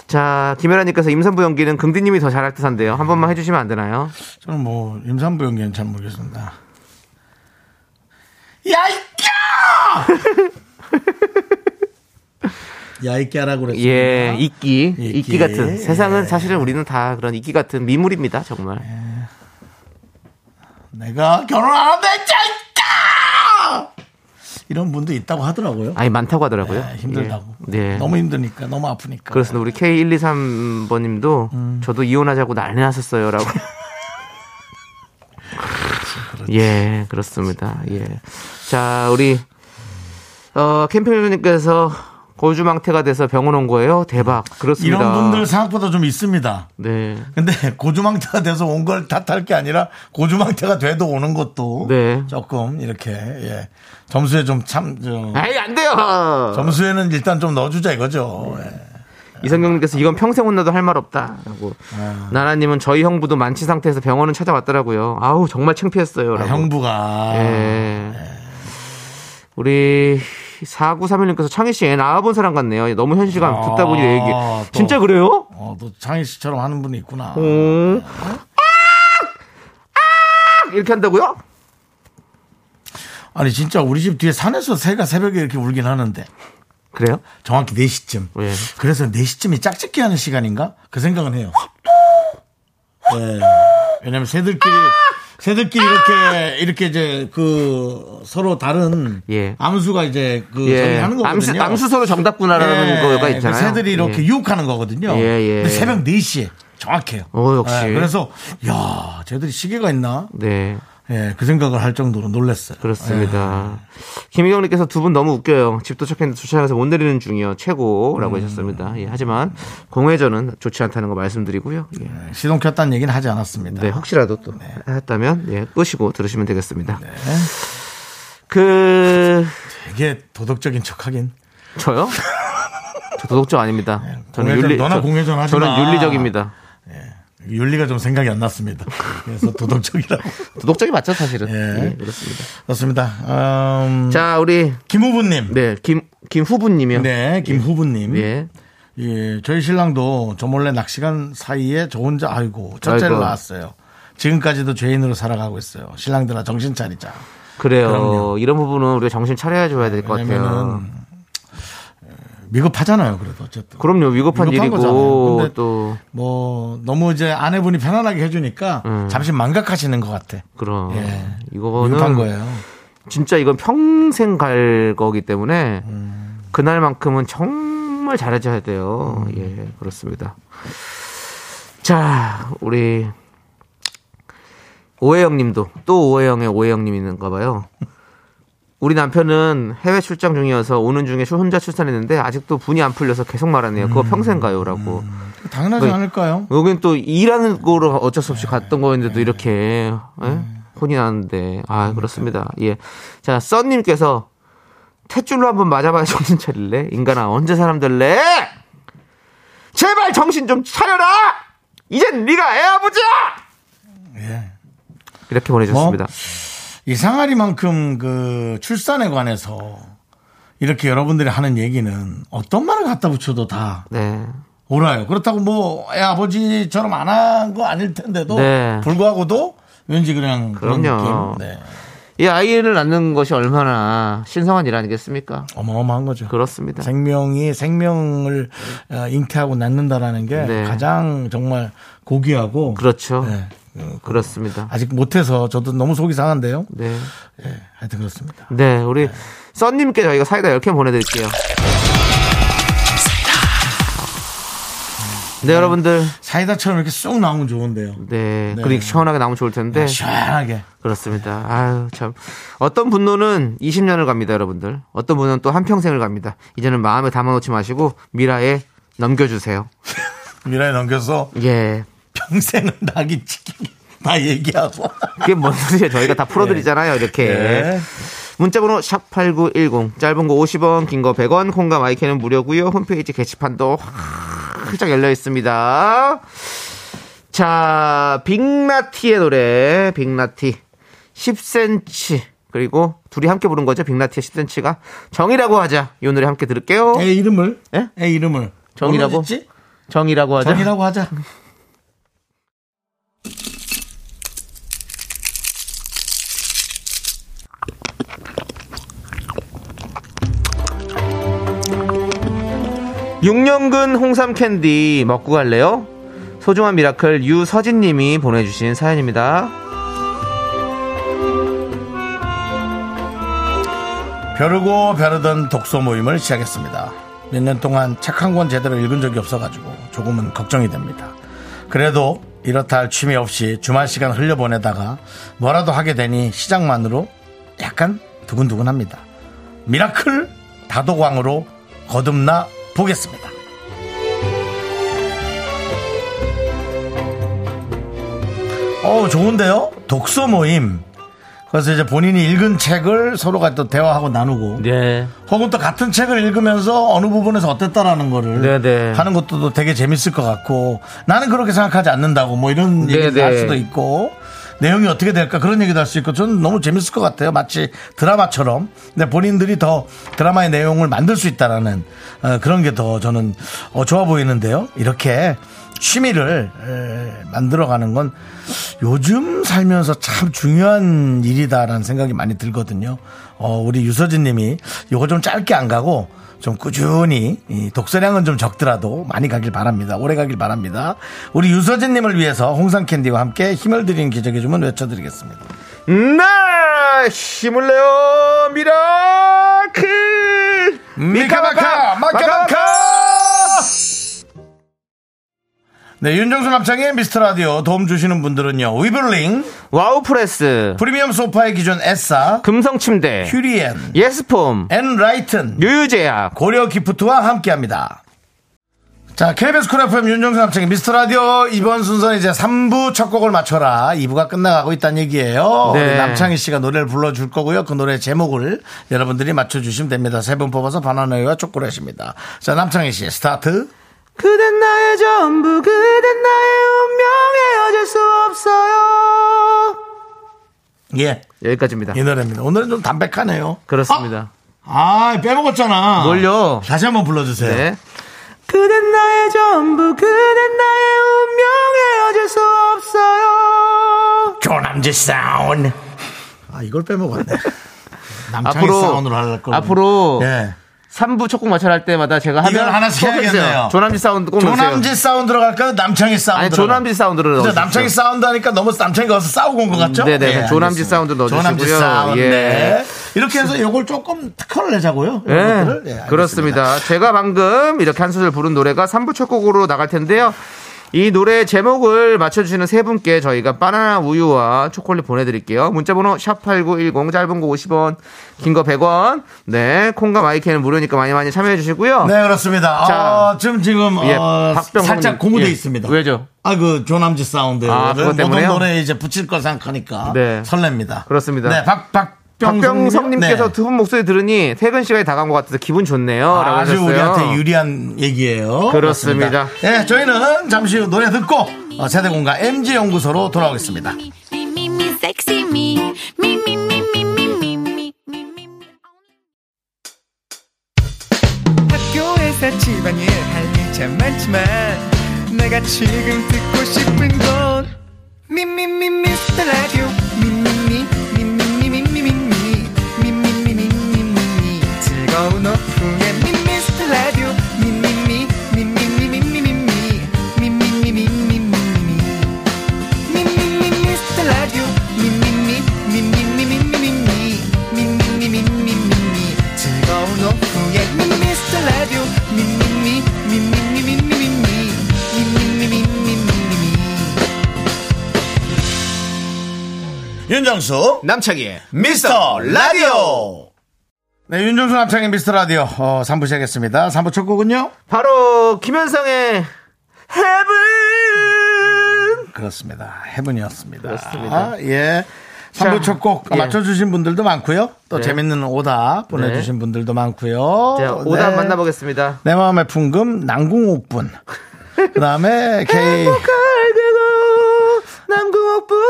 자 김혜라님께서 임산부 연기는 긍디님이 더 잘할 듯한데요. 한 번만 해주시면 안 되나요?
저는 뭐 임산부 연기는 잘 모르겠습니다. 야이끼야! 야이끼야라고 그랬어요.
예, 이끼,
이끼.
이끼, 같은 세상은 사실은 우리는 다 그런 이끼 같은 미물입니다 정말.
네. 내가 결혼 안 한다 했지, 야이끼야! 이런 분도 있다고 하더라고요.
아니 많다고 하더라고요.
네, 힘들다고.
예. 네.
너무 힘드니까, 너무 아프니까.
그렇습니다. 우리 K123번님도
음.
저도 이혼하자고 난리 났었어요라고. 예, 그렇습니다. 예. 자, 우리 어, 캠핑님께서 고주망태가 돼서 병원 온 거예요. 대박. 그렇습니다.
이런 분들 생각보다 좀 있습니다.
네.
근데 고주망태가 돼서 온 걸 탓할 게 아니라 고주망태가 돼도 오는 것도
네.
조금 이렇게 예. 점수에 좀 참 좀
아이 안 돼요.
어. 점수에는 일단 좀 넣어주자 이거죠. 예.
이성경님께서 이건 평생 혼나도 할 말 없다라고.
아.
나나님은 저희 형부도 만취 상태에서 병원은 찾아왔더라고요. 아우 정말
아,
창피했어요라고.
형부가
예. 우리 4931님께서 창희 씨 애 낳아본 사람 같네요. 너무 현실감
아,
듣다 보니 내 얘기.
또.
진짜 그래요?
어, 또 창희 씨처럼 하는 분이 있구나.
음. 아! 아! 이렇게 한다고요?
아니 진짜 우리 집 뒤에 산에서 새가 새벽에 이렇게 울긴 하는데
그래요?
정확히 4시쯤.
예.
그래서 4시쯤이 짝짓기 하는 시간인가? 그 생각은 해요. 예. 왜냐면 새들끼리 새들끼리 이렇게 이렇게 이제 그 서로 다른
예.
암수가 이제 그 저기
예.
하는
암수,
거거든요.
암수 서로 정답구나라는
예.
거가
그
있잖아요.
새들이 이렇게
예.
유혹하는 거거든요.
예, 예.
근데 새벽 4시에 정확해요.
어, 역시.
예, 그래서 야, 쟤들이 시계가 있나?
네.
예, 그 생각을 할 정도로 놀랐어요.
그렇습니다.
예.
김희경님께서 두 분 너무 웃겨요. 집 도착했는데 주차장에서 못 내리는 중이요. 최고라고
음.
하셨습니다. 예, 하지만 공회전은 좋지 않다는 거 말씀드리고요. 예.
예, 시동 켰다는 얘기는 하지 않았습니다.
네, 혹시라도 또 했다면 예, 끄시고 들으시면 되겠습니다.
네.
그
되게 도덕적인 척하긴.
저요? 저 도덕적 아닙니다. 저는
네, 공회전,
윤리
너나
저-
공회전 하지
저는
마.
윤리적입니다.
윤리가 좀 생각이 안 났습니다. 그래서 도덕적이라고.
도덕적이 맞죠, 사실은.
예.
예, 그렇습니다.
그렇습니다. 음,
자, 우리
김후부님.
네, 김 김후부님이요.
네, 김후부님.
예.
예, 저희 신랑도 저 몰래 낚시간 사이에 저 혼자, 아이고, 첫째를
아이고.
낳았어요. 지금까지도 죄인으로 살아가고 있어요. 신랑들아, 정신 차리자.
그래요.
그럼요.
이런 부분은 우리가 정신 차려야 줘야 될 것 같아요.
왜냐면은, 미급하잖아요, 그래도 어쨌든.
그럼요. 위급한,
위급한 거잖아요.
일이고
근데-
또
뭐, 너무 이제 아내분이 편안하게 해주니까 잠시 망각하시는 것 같아.
음. 그럼
예. 위급한
이거는
거예요.
진짜 이건 평생 갈 거기 때문에 그날만큼은 정말 잘해줘야 돼요. 예, 그렇습니다. 자, 우리 오해영님도 또 오해영의 오해영님 있는가 봐요. 우리 남편은 해외 출장 중이어서 오는 중에 출- 혼자 출산했는데 아직도 분이 안 풀려서 계속 말하네요. 그거 평생 가요라고.
당연하지
그-
않을까요?
여긴 또 일하는 거로 어쩔 수 없이 갔던 거였는데도 이렇게 예? 혼이 나는데 아 그렇습니다 예자 썬님께서 탯줄로 한번 맞아봐야 정신 차릴래 인간아 언제 사람 될래 제발 정신 좀 차려라 이젠 네가 애 아버지야
예.
이렇게 보내주셨습니다
이 상아리만큼 그 출산에 관해서 이렇게 여러분들이 하는 얘기는 어떤 말을 갖다 붙여도 다
네
옳아요. 그렇다고 뭐 애 아버지처럼 안 한 거 아닐 텐데도
네.
불구하고도 왠지 그냥 그런
그럼요.
느낌. 네.
이 아이를 낳는 것이 얼마나 신성한 일 아니겠습니까
어마어마한 거죠.
그렇습니다
생명이 생명을 어, 잉태하고 낳는다라는 게
네.
가장 정말 고귀하고
그렇죠
네.
그렇습니다
아직 못해서 저도 너무 속이 상한데요.
네
예, 하여튼 그렇습니다.
네, 우리 썬님께 저희가 사이다 10캔 보내드릴게요. 네, 여러분들.
사이다처럼 이렇게 쏙 나오면 좋은데요.
네,
네.
그리고 시원하게 나오면 좋을 텐데.
시원하게.
그렇습니다. 아유, 참. 어떤 분노는 20년을 갑니다, 여러분들. 어떤 분은 또 한평생을 갑니다. 이제는 마음에 담아놓지 마시고 미라에 넘겨주세요.
미라에 넘겨서
예.
평생은 낙이 지키기 다 얘기하고
그게 뭔 소리예요. 저희가 다 풀어드리잖아요, 이렇게.
예.
문자번호 샵8910 짧은 거 50원 긴 거 100원 콩과 마이크는 무료고요 홈페이지 게시판도 활짝 열려 있습니다 자 빅나티의 노래 빅나티 10cm 그리고 둘이 함께 부른 거죠 빅나티의 10cm가 정이라고 하자 이 노래 함께 들을게요
애 이름을
예?
애 이름을
정이라고?
뭘로 짓지?
정이라고 하자
정이라고 하자
육년근 홍삼 캔디 먹고 갈래요? 소중한 미라클 유서진 님이 보내주신 사연입니다
벼르고 벼르던 독서 모임을 시작했습니다 몇 년 동안 책 한 권 제대로 읽은 적이 없어가지고 조금은 걱정이 됩니다 그래도 이렇다 할 취미 없이 주말 시간 흘려보내다가 뭐라도 하게 되니 시작만으로 약간 두근두근합니다 미라클 다도광으로 거듭나 보겠습니다. 어 좋은데요? 독서 모임. 그래서 이제 본인이 읽은 책을 서로가 또 대화하고 나누고
네.
혹은 또 같은 책을 읽으면서 어느 부분에서 어땠다라는 거를
네네.
하는 것도 또 되게 재밌을 것 같고 나는 그렇게 생각하지 않는다고 뭐 이런 얘기도
네네.
할 수도 있고 내용이 어떻게 될까 그런 얘기도 할 수 있고 저는 너무 재밌을 것 같아요 마치 드라마처럼 근데 본인들이 더 드라마의 내용을 만들 수 있다라는 어, 그런 게 더 저는 어, 좋아 보이는데요 이렇게 취미를 에, 만들어가는 건 요즘 살면서 참 중요한 일이다라는 생각이 많이 들거든요. 어, 우리 유서진 님이 요거 좀 짧게 안 가고 좀 꾸준히 이 독서량은 좀 적더라도 많이 가길 바랍니다. 오래 가길 바랍니다. 우리 유서진 님을 위해서 홍상 캔디와 함께 힘을 드리는 기적의 주문 외쳐드리겠습니다.
나 네! 힘을 내요 미라클
미카마카, 마카마카! 네, 윤정수 남창의 미스터 라디오 도움 주시는 분들은요. 위블링,
와우프레스
프리미엄 소파의 기준 에싸,
금성침대
퓨리엔,
예스폼
엔라이튼,
유유제약
고려 기프트와 함께합니다. 자, KBS 쿨 FM 윤정수 남창의 미스터 라디오 이번 순서는 이제 3부 첫 곡을 맞춰라. 2부가 끝나가고 있다는 얘기예요.
네.
우리 남창희 씨가 노래를 불러줄 거고요. 그 노래 제목을 여러분들이 맞춰주시면 됩니다. 세 분 뽑아서 바나나우유와 초콜릿입니다. 자, 남창희 씨 스타트.
그댄 나의 전부 그댄 나의 운명 헤어질 수 없어요
예,
여기까지입니다
이 노래입니다. 오늘은 좀 담백하네요.
그렇습니다
아, 빼먹었잖아.
뭘요?
다시 한번 불러주세요.
네. 그댄 나의 전부 그댄 나의 운명 헤어질 수 없어요
조남지 사운. 아, 이걸 빼먹었네. 남창희
앞으로-
사운으로 할 걸.
앞으로
예.
3부 첫 곡 마찰 할 때마다 제가 하면
이걸 하나씩
꼭 해주세요.
해야겠네요.
조남지 사운드 꼭 넣으세요.
조남지 사운드로 갈까요? 남창희 사운드.
아니 조남지 사운드를 넣으세요.
남창희 사운드 하니까 너무 남창희가 와서 싸우고 온 것 같죠?
음,
예,
네네, 그럼 조남지
알겠습니다.
사운드로 넣어주시고요.
조남지 사운드.
예.
네. 이렇게 해서 이걸 조금 특허를 내자고요.
예,
요런 것들을. 예, 알겠습니다.
그렇습니다. 제가 방금 이렇게 한 소절 부른 노래가 3부 첫 곡으로 나갈 텐데요. 이 노래 제목을 맞춰주시는 세 분께 저희가 바나나 우유와 초콜릿 보내드릴게요. 문자번호 샵8910, 짧은 거 50원, 긴 거 100원. 네, 콩과 마이크는 무료니까 많이 많이 참여해주시고요.
네, 그렇습니다.
자.
어, 지금, 지금,
예,
어,
박병호님.
살짝 공유돼
예.
있습니다.
왜죠?
아, 그, 조남지 사운드.
아, 그것 때문에요?
노래에 이제 붙일 거 생각하니까.
네.
설렙니다.
그렇습니다.
네, 박, 박병성님이요?
박병성님께서
네.
두 분 목소리 들으니 퇴근 시간이 다가온 것 같아서 기분 좋네요. 라고
아주
하셨어요.
우리한테 유리한 얘기예요.
그렇습니다.
네, 저희는 잠시 후 노래 듣고 어, 세대공간 MG연구소로 돌아오겠습니다.
Me, me, me, sexy me. Me, me, me, me, me, me, me, me, me, me.
학교에서 집안일 할 일 참 많지만 내가 지금 듣고 싶은 건 미미미 미스터 라디오 미미미 미미미 미미미 미미미 미미미 즐거운 오후에 미스터 라디오 미미미 미미미 미미미 미미미 미미미
윤정수
남창희의
미스터 라디오. 네, 윤정수 남창의 미스터 라디오 어, 3부 시작했습니다. 3부 첫 곡은요?
바로 김현성의 헤븐
그렇습니다. 해븐이었습니다.
그렇습니다.
아, 예. 3부
자,
첫 곡
예.
맞춰주신 분들도 많고요. 또
네.
재밌는 오답 보내주신 분들도 많고요.
자, 오답
네.
만나보겠습니다
내 마음의 풍금 낭궁옥분. 그 다음에 K.
행복할 그고 남궁옥분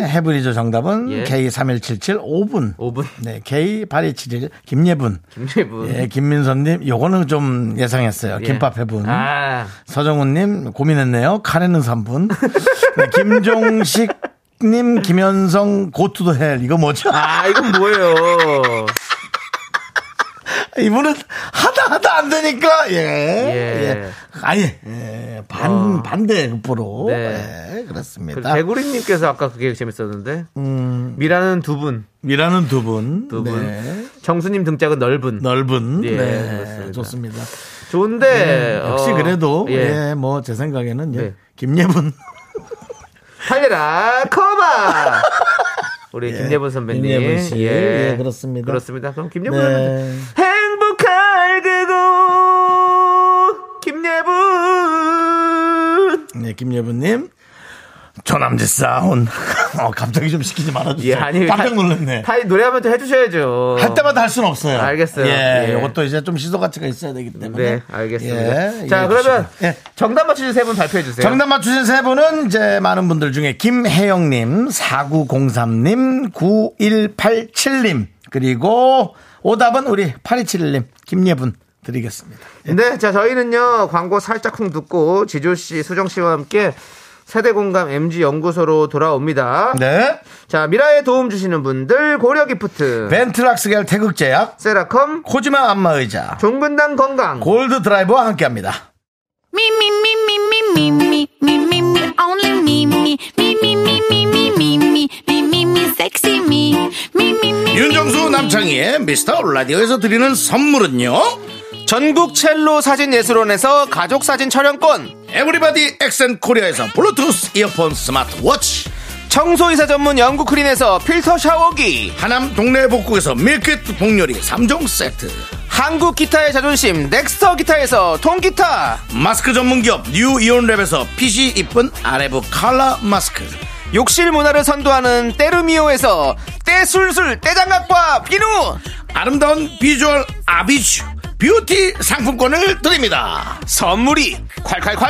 네, 해분이죠. 정답은
음. 예.
K3177 5분.
5분
네, K8271 김예분.
김재분
예, 김민선님, 요거는 좀 예상했어요. 김밥 해분.
아,
서정훈님 고민했네요. 카레는 3분. 네, 김종식. 님 김현성 고투도 헬 이거 뭐죠?
아 이건 뭐예요
이분은 하다 하다 안 되니까 예,
예. 어.
예. 아예 예, 반 반대 극보로
네.
예, 그렇습니다.
개구리님께서 아까 그게 재밌었는데
음.
미라는 두분
미라는 두 분,
두 분.
네.
정수님 등짝은 넓은
넓은,
예,
네,
그렇습니다.
좋습니다.
좋은데
네, 역시
어,
그래도
예.
예, 뭐 제 생각에는 예,
네.
김예분,
달려라 커버 우리 김예분 선배님
김예분 씨, 예, 그렇습니다.
그렇습니다 그럼 김예분
네.
행복할 그
예, 김예부님. 조남지 싸운. 어, 갑자기 좀 시키지 말아주세요. 깜짝 놀랐네.
타이 예, 노래하면 또 해주셔야죠.
할 때마다 할 수는 없어요.
알겠어요.
예,
예.
이것도 이제 좀 시도 가치가 있어야 되기 때문에.
네, 알겠습니다.
예,
자,
이해해
그러면 네.
주시고요. 예.
정답 맞추신 세 분 발표해 주세요.
정답 맞추신 세 분은 이제 많은 분들 중에 김혜영님, 4903님, 9187님, 그리고 오답은 우리 8271님, 김예분 드리겠습니다.
네, 자 저희는요 광고 살짝쿵 듣고 지조 씨, 수정 씨와 함께 세대 공감 MG 연구소로 돌아옵니다.
네.
자 미라에 도움 주시는 분들 고려 기프트,
벤트락스겔 태극제약,
세라컴,
코지마 안마의자,
종근당 건강,
골드 드라이브와 함께 합니다.
Me, me, me, me, me, me, me, me, me, me, only me, me, me, me, me, me, me, me, me, me, me, me, sexy me, me, me, me.
윤정수 남창희의 미스터 라디오에서 드리는 선물은요.
전국 첼로 사진 예술원에서 가족 사진 촬영권,
에브리바디 엑센 코리아에서 블루투스 이어폰 스마트워치,
청소 이사 전문 영국 크린에서 필터 샤워기,
하남 동네 복국에서 밀키트 복요리 3종 세트,
한국 기타의 자존심 넥스터 기타에서 통기타,
마스크 전문기업 뉴이온랩에서 핏이 이쁜 아레브 칼라 마스크
욕실 문화를 선도하는 때르미오에서 때술술 때장갑과 비누.
아름다운 비주얼 아비쥬 뷰티 상품권을 드립니다
선물이 콸콸콸!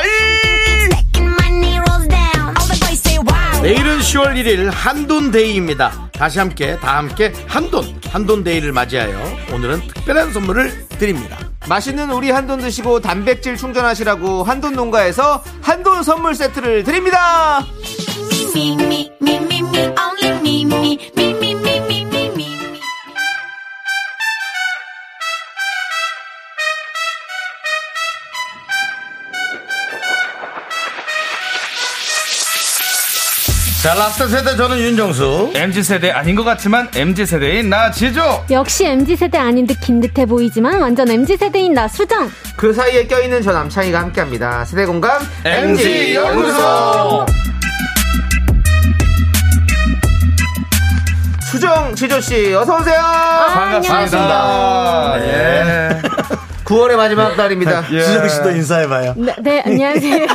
내일은 10월 1일 한돈데이입니다 다시 함께 다 함께 한돈 한돈데이를 맞이하여 오늘은 특별한 선물을 드립니다
맛있는 우리 한돈 드시고 단백질 충전하시라고 한돈 농가에서 한돈 선물 세트를 드립니다.
Me, me, me, me, me, only me, me, me, me, me, me, me, me, me.
자 라스트 세대 저는 윤정수
MZ 세대 아닌 것 같지만 MZ 세대인 나 지조.
역시 MZ 세대 아닌 듯 긴 듯해 보이지만 완전 MZ 세대인 나 수정.
그 사이에 껴있는 저 남창희가 함께합니다. 세대 공감 MG 연구소. 수정 지조 씨 어서 오세요.
아,
반갑습니다. 예.
9월의 마지막 날입니다.
예.
수정씨도 인사해봐요
네, 네, 안녕하세요.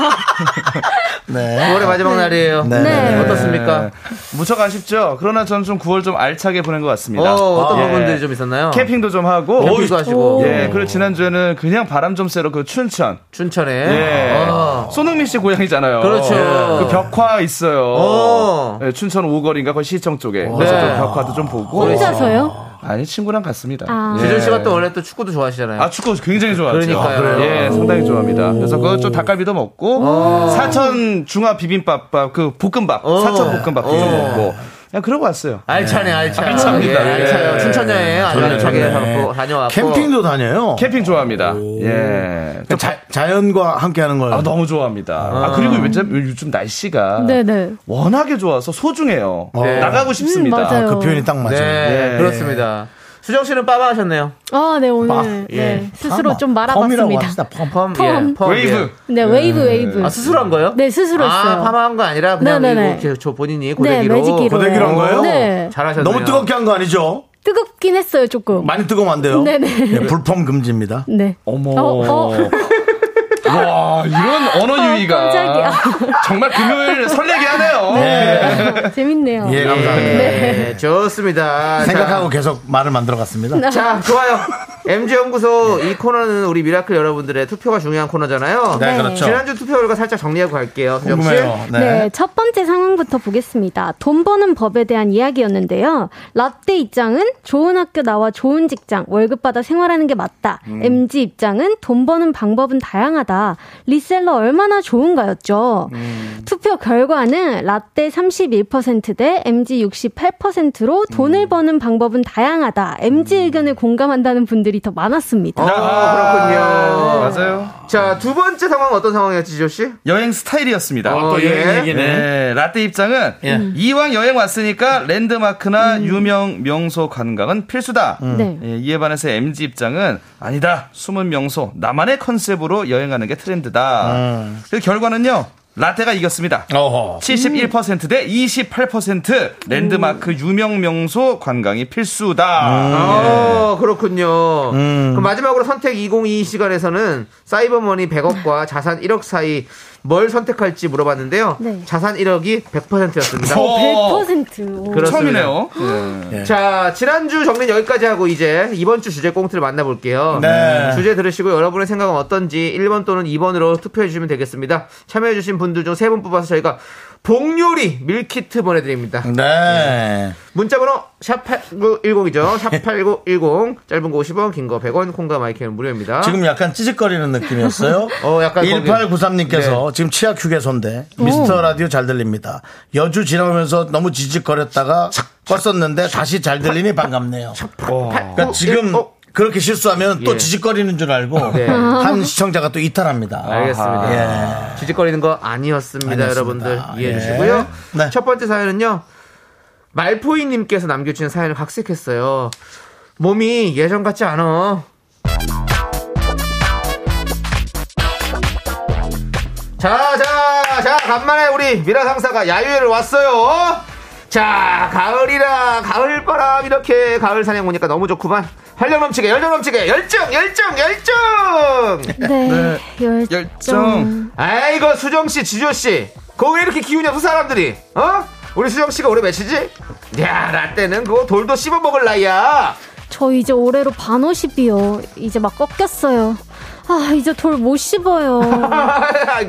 네
9월의 마지막 날이에요.
네.
네.
어떻습니까?
무척 아쉽죠. 그러나 전 좀 9월 좀 알차게 보낸 것
어, 어.
같습니다.
어떤
예.
부분들이 좀 있었나요?
캠핑도 좀 하고.
캠핑도 하시고
예, 그리고 지난주에는 그냥 바람 좀 쐬러 그 춘천.
춘천에
예.
어.
손흥민 씨 고향이잖아요.
그렇죠.
예. 그 벽화 있어요.
어.
예, 춘천 오거리인가 거기 시청 쪽에. 그래서
네.
좀 벽화도 좀 보고.
혼자서요?
아니 친구랑 갔습니다. 예.
아.
지조
예.
씨가 또 원래 또 축구도 좋아하시잖아요.
아 축구 굉장히 좋아하죠.
그러니까요. 아, 그래요?
예, 상당히 좋아합니다. 그래서 그거 좀 닭갈비도 먹고 사천 중화 비빔밥밥 그 볶음밥
어.
사천 볶음밥도
어.
좀 먹고 그냥 그러고 왔어요.
알차네, 알차.
알차입니다.
예, 알차요.
예.
춘천 여행 아주 저기
좋네.
뭐 다녀왔고, 다녀왔고.
예. 캠핑도 다녀요 그러니까
캠핑 좋아합니다. 예.
그
좀
자, 자연과 함께하는 걸
아, 너무 좋아합니다. 아, 그리고 요즘, 요즘 날씨가
네네. 음,
워낙에 좋아서 소중해요.
네.
나가고 싶습니다.
맞아요.
그 표현이 딱 맞아요
네,
예.
그렇습니다. 수정 씨는 빠바하셨네요.
아, 네, 오늘
아,
네, 스스로
펌.
좀
펌이라고
말아봤습니다.
합시다, 펌.
펌,
펌.
예,
그
펌.
웨이브.
예.
네, 웨이브, 웨이브.
아, 스스로 한 거예요?
네, 스스로
아,
했어요.
파마한 거 아니라 그냥
네네네.
이렇게 저 본인이
네,
고데기로.
매직기로.
고데기로 한 거예요?
네.
잘하셨네요.
너무 뜨겁게 한 거 아니죠?
뜨겁긴 했어요, 조금.
많이 뜨거우면 안 돼요.
네네.
예, 불펌 금지입니다.
네.
어머.
어, 어.
와, 이런 언어 유희가.
깜짝이야.
정말 금요일 설레게 하네요.
재밌네요.
예, 감사합니다.
네, 좋습니다.
생각하고 계속 말을 만들어 갔습니다.
네.
자, 자, 좋아요. MG연구소 이 코너는 우리 미라클 여러분들의 투표가 중요한 코너잖아요.
네,
네.
그렇죠.
지난주 투표 결과 살짝 정리하고 갈게요. 수정 씨.
궁금해요.
네.
네.
첫 번째 상황부터 보겠습니다. 돈 버는 법에 대한 이야기였는데요. 라떼 입장은 좋은 학교 나와 좋은 직장, 월급 받아 생활하는 게 맞다. MG 입장은 돈 버는 방법은 다양하다. 리셀러 얼마나 좋은가였죠. 투표 결과는 라떼 31%대 MG 68%로 돈을 버는 방법은 다양하다. MG 의견에 공감한다는 분들이 더 많았습니다.
네.
아, 그렇군요.
맞아요.
어, 자, 두 번째 상황 어떤 상황이었지, 지조 씨?
여행
아,
스타일이었습니다.
어, 예.
네, 라떼 입장은 이왕 여행 왔으니까 랜드마크나 유명 명소 관광은 필수다.
네.
예, 이에 반해서 MG 입장은 아니다. 숨은 명소, 나만의 컨셉으로 여행하는 게 트렌드다. 그 결과는요. 라떼가
음.
이겼습니다.
어허.
71%대 28% 랜드마크 유명 명소 관광이 필수다.
음, 예.
어, 그렇군요. 그럼 마지막으로 선택 2022 시간에서는 사이버머니 100억과 자산 1억 사이 뭘 선택할지 물어봤는데요.
네.
자산 1억이 100%였습니다.
예. 오.
100%. 오.
처음이네요. 예.
자, 지난주 정리는 여기까지 하고 이제 이번 주 주제 꽁트를 만나볼게요. 음,
네.
주제 들으시고 여러분의 생각은 어떤지 1번 또는 2번으로 투표해 주시면 되겠습니다. 참여해 주신 분들 중 세 분 뽑아서 저희가 복요리 밀키트 보내드립니다.
음. 네.
문자번호 샵8910이죠. 샵8910 짧은 거 50원, 긴 거 100원, 콩과 마이크는 무료입니다.
지금 약간 찌직거리는 느낌이었어요.
아? 어, 약간 거기- 네. 음.
1893님께서 지금 치아 휴게소인데 미스터 라디오 잘 들립니다. 여주 지나면서 너무 지직거렸다가 껐었는데 다시 잘 들리니 반갑네요. 그러니까 지금
어?
그렇게 실수하면
예.
또 지직거리는 줄 알고
네.
한 시청자가 또 이탈합니다. 예.
알겠습니다. 지직거리는 거 아니었습니다,
아니었습니다.
여러분들. 이해해
예.
주시고요.
네.
첫 번째 사연은요. 말포이님께서 남겨주신 사연을 각색했어요. 몸이 예전 같지 않아. 자, 자, 자, 간만에 우리 미라 상사가 야유회를 왔어요. 자, 가을이라, 가을바람, 이렇게 가을 사냥 오니까 너무 좋구만. 활력 넘치게, 열정 넘치게, 열정, 열정, 열정!
네. 열정. 음.
열정.
아이고 수정 씨, 지조 씨, 그거 왜 이렇게 기운이 없어 사람들이? 어? 우리 수정 씨가 올해 몇이지? 야, 라떼는 그거 돌도 씹어 먹을 나이야.
저 이제 올해로 반오십이요. 이제 막 꺾였어요. 아, 이제 돌 못 씹어요.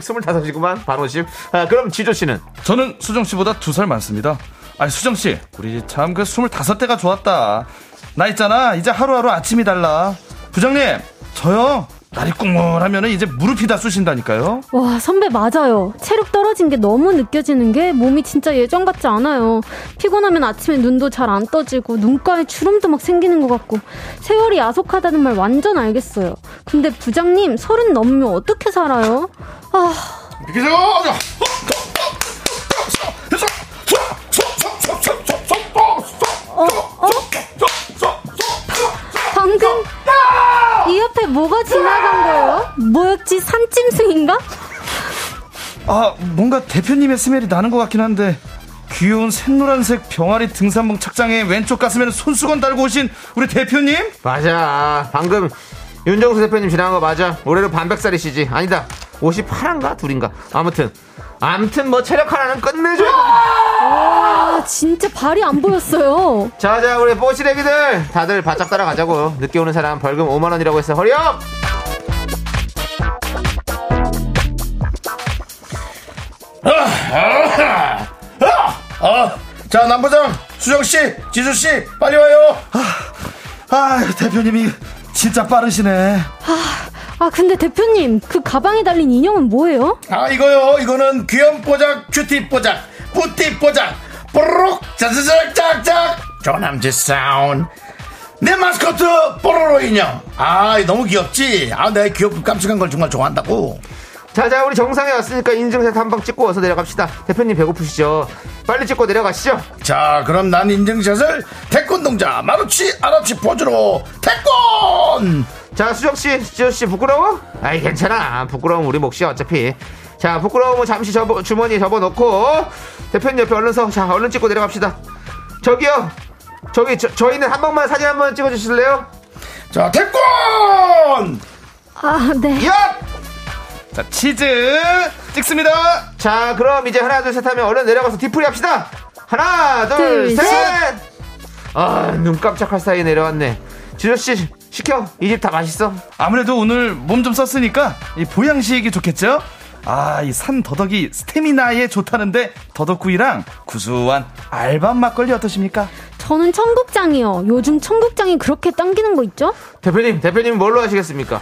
25이구만, 아, 반 50. 아, 그럼 지조 씨는?
저는 수정 씨보다 두 살 많습니다. 아니 수정 씨, 우리 참 그 25대가 좋았다. 나 있잖아, 이제 하루하루 아침이 달라. 부장님, 저요. 날이 꽁물하면 이제 무릎이 다 쑤신다니까요.
와, 선배 맞아요. 체력 떨어진 게 너무 느껴지는 게 몸이 진짜 예전 같지 않아요. 피곤하면 아침에 눈도 잘 안 떠지고 눈가에 주름도 막 생기는 것 같고 세월이 야속하다는 말 완전 알겠어요. 근데 부장님 서른 넘으면 어떻게 살아요? 아, 어, 어? 방금 이 옆에 뭐가 지나간 거예요? 뭐였지? 산짐승인가?
아, 뭔가 대표님의 스멜이 나는 것 같긴 한데 귀여운 샛노란색 병아리 등산복 착장에 왼쪽 가슴에는 손수건 달고 오신 우리 대표님?
맞아, 방금 윤정수 대표님 지나간 거 맞아. 올해로 반백살이시지? 아니다, 58인가 둘인가? 아무튼, 아무튼 뭐 체력 하나는 끝내줘.
아, 진짜 발이 안 보였어요.
자자, 우리 뽀시래기들 다들 바짝 따라가자고. 늦게 오는 사람 벌금 5만 원이라고 했어. 허리업.
아, 자 남부장 수정 씨, 지수 씨 빨리 와요.
아, 대표님이 진짜 빠르시네.
아, 근데 대표님, 그 가방에 달린 인형은 뭐예요?
아 이거요, 이거는 귀염 뽀작, 큐티 뽀작, 뿌티 뽀작, 뽀록 짜자작 짝짝 조남지 사운. 내 마스코트 뽀로로 인형. 아 너무 귀엽지. 아 내가 귀엽고 깜찍한 걸 정말 좋아한다고.
자자 우리 정상에 왔으니까 인증샷 한 방 찍고 어서 내려갑시다 대표님 배고프시죠 빨리 찍고 내려가시죠
자 그럼 난 인증샷을 태권 동자 마루치 아랍치 포즈로 태권.
자 수정씨 지효씨 부끄러워? 아이 괜찮아 부끄러움 우리 몫이야 어차피 자 부끄러움은 잠시 접어, 주머니에 접어놓고 대표님 옆에 얼른 서자 얼른 찍고 내려갑시다 저기요 저기 저, 저희는 한 방만 사진 한 번 찍어주실래요?
자 태권.
아, 네.
야!
자, 치즈 찍습니다.
자 그럼 이제 하나 둘 셋 하면 얼른 내려가서 뒤풀이 합시다 하나
둘, 셋.
둘셋아눈 깜짝할 사이에 내려왔네 지효씨 시켜 이 집 다 맛있어
아무래도 오늘 몸 좀 썼으니까 이 보양식이 좋겠죠? 아, 이 산 더덕이 스태미나에 좋다는데 더덕구이랑 구수한 알밤 막걸리 어떠십니까?
저는 청국장이요. 요즘 청국장이 그렇게 당기는 거 있죠?
대표님, 대표님 뭘로 하시겠습니까?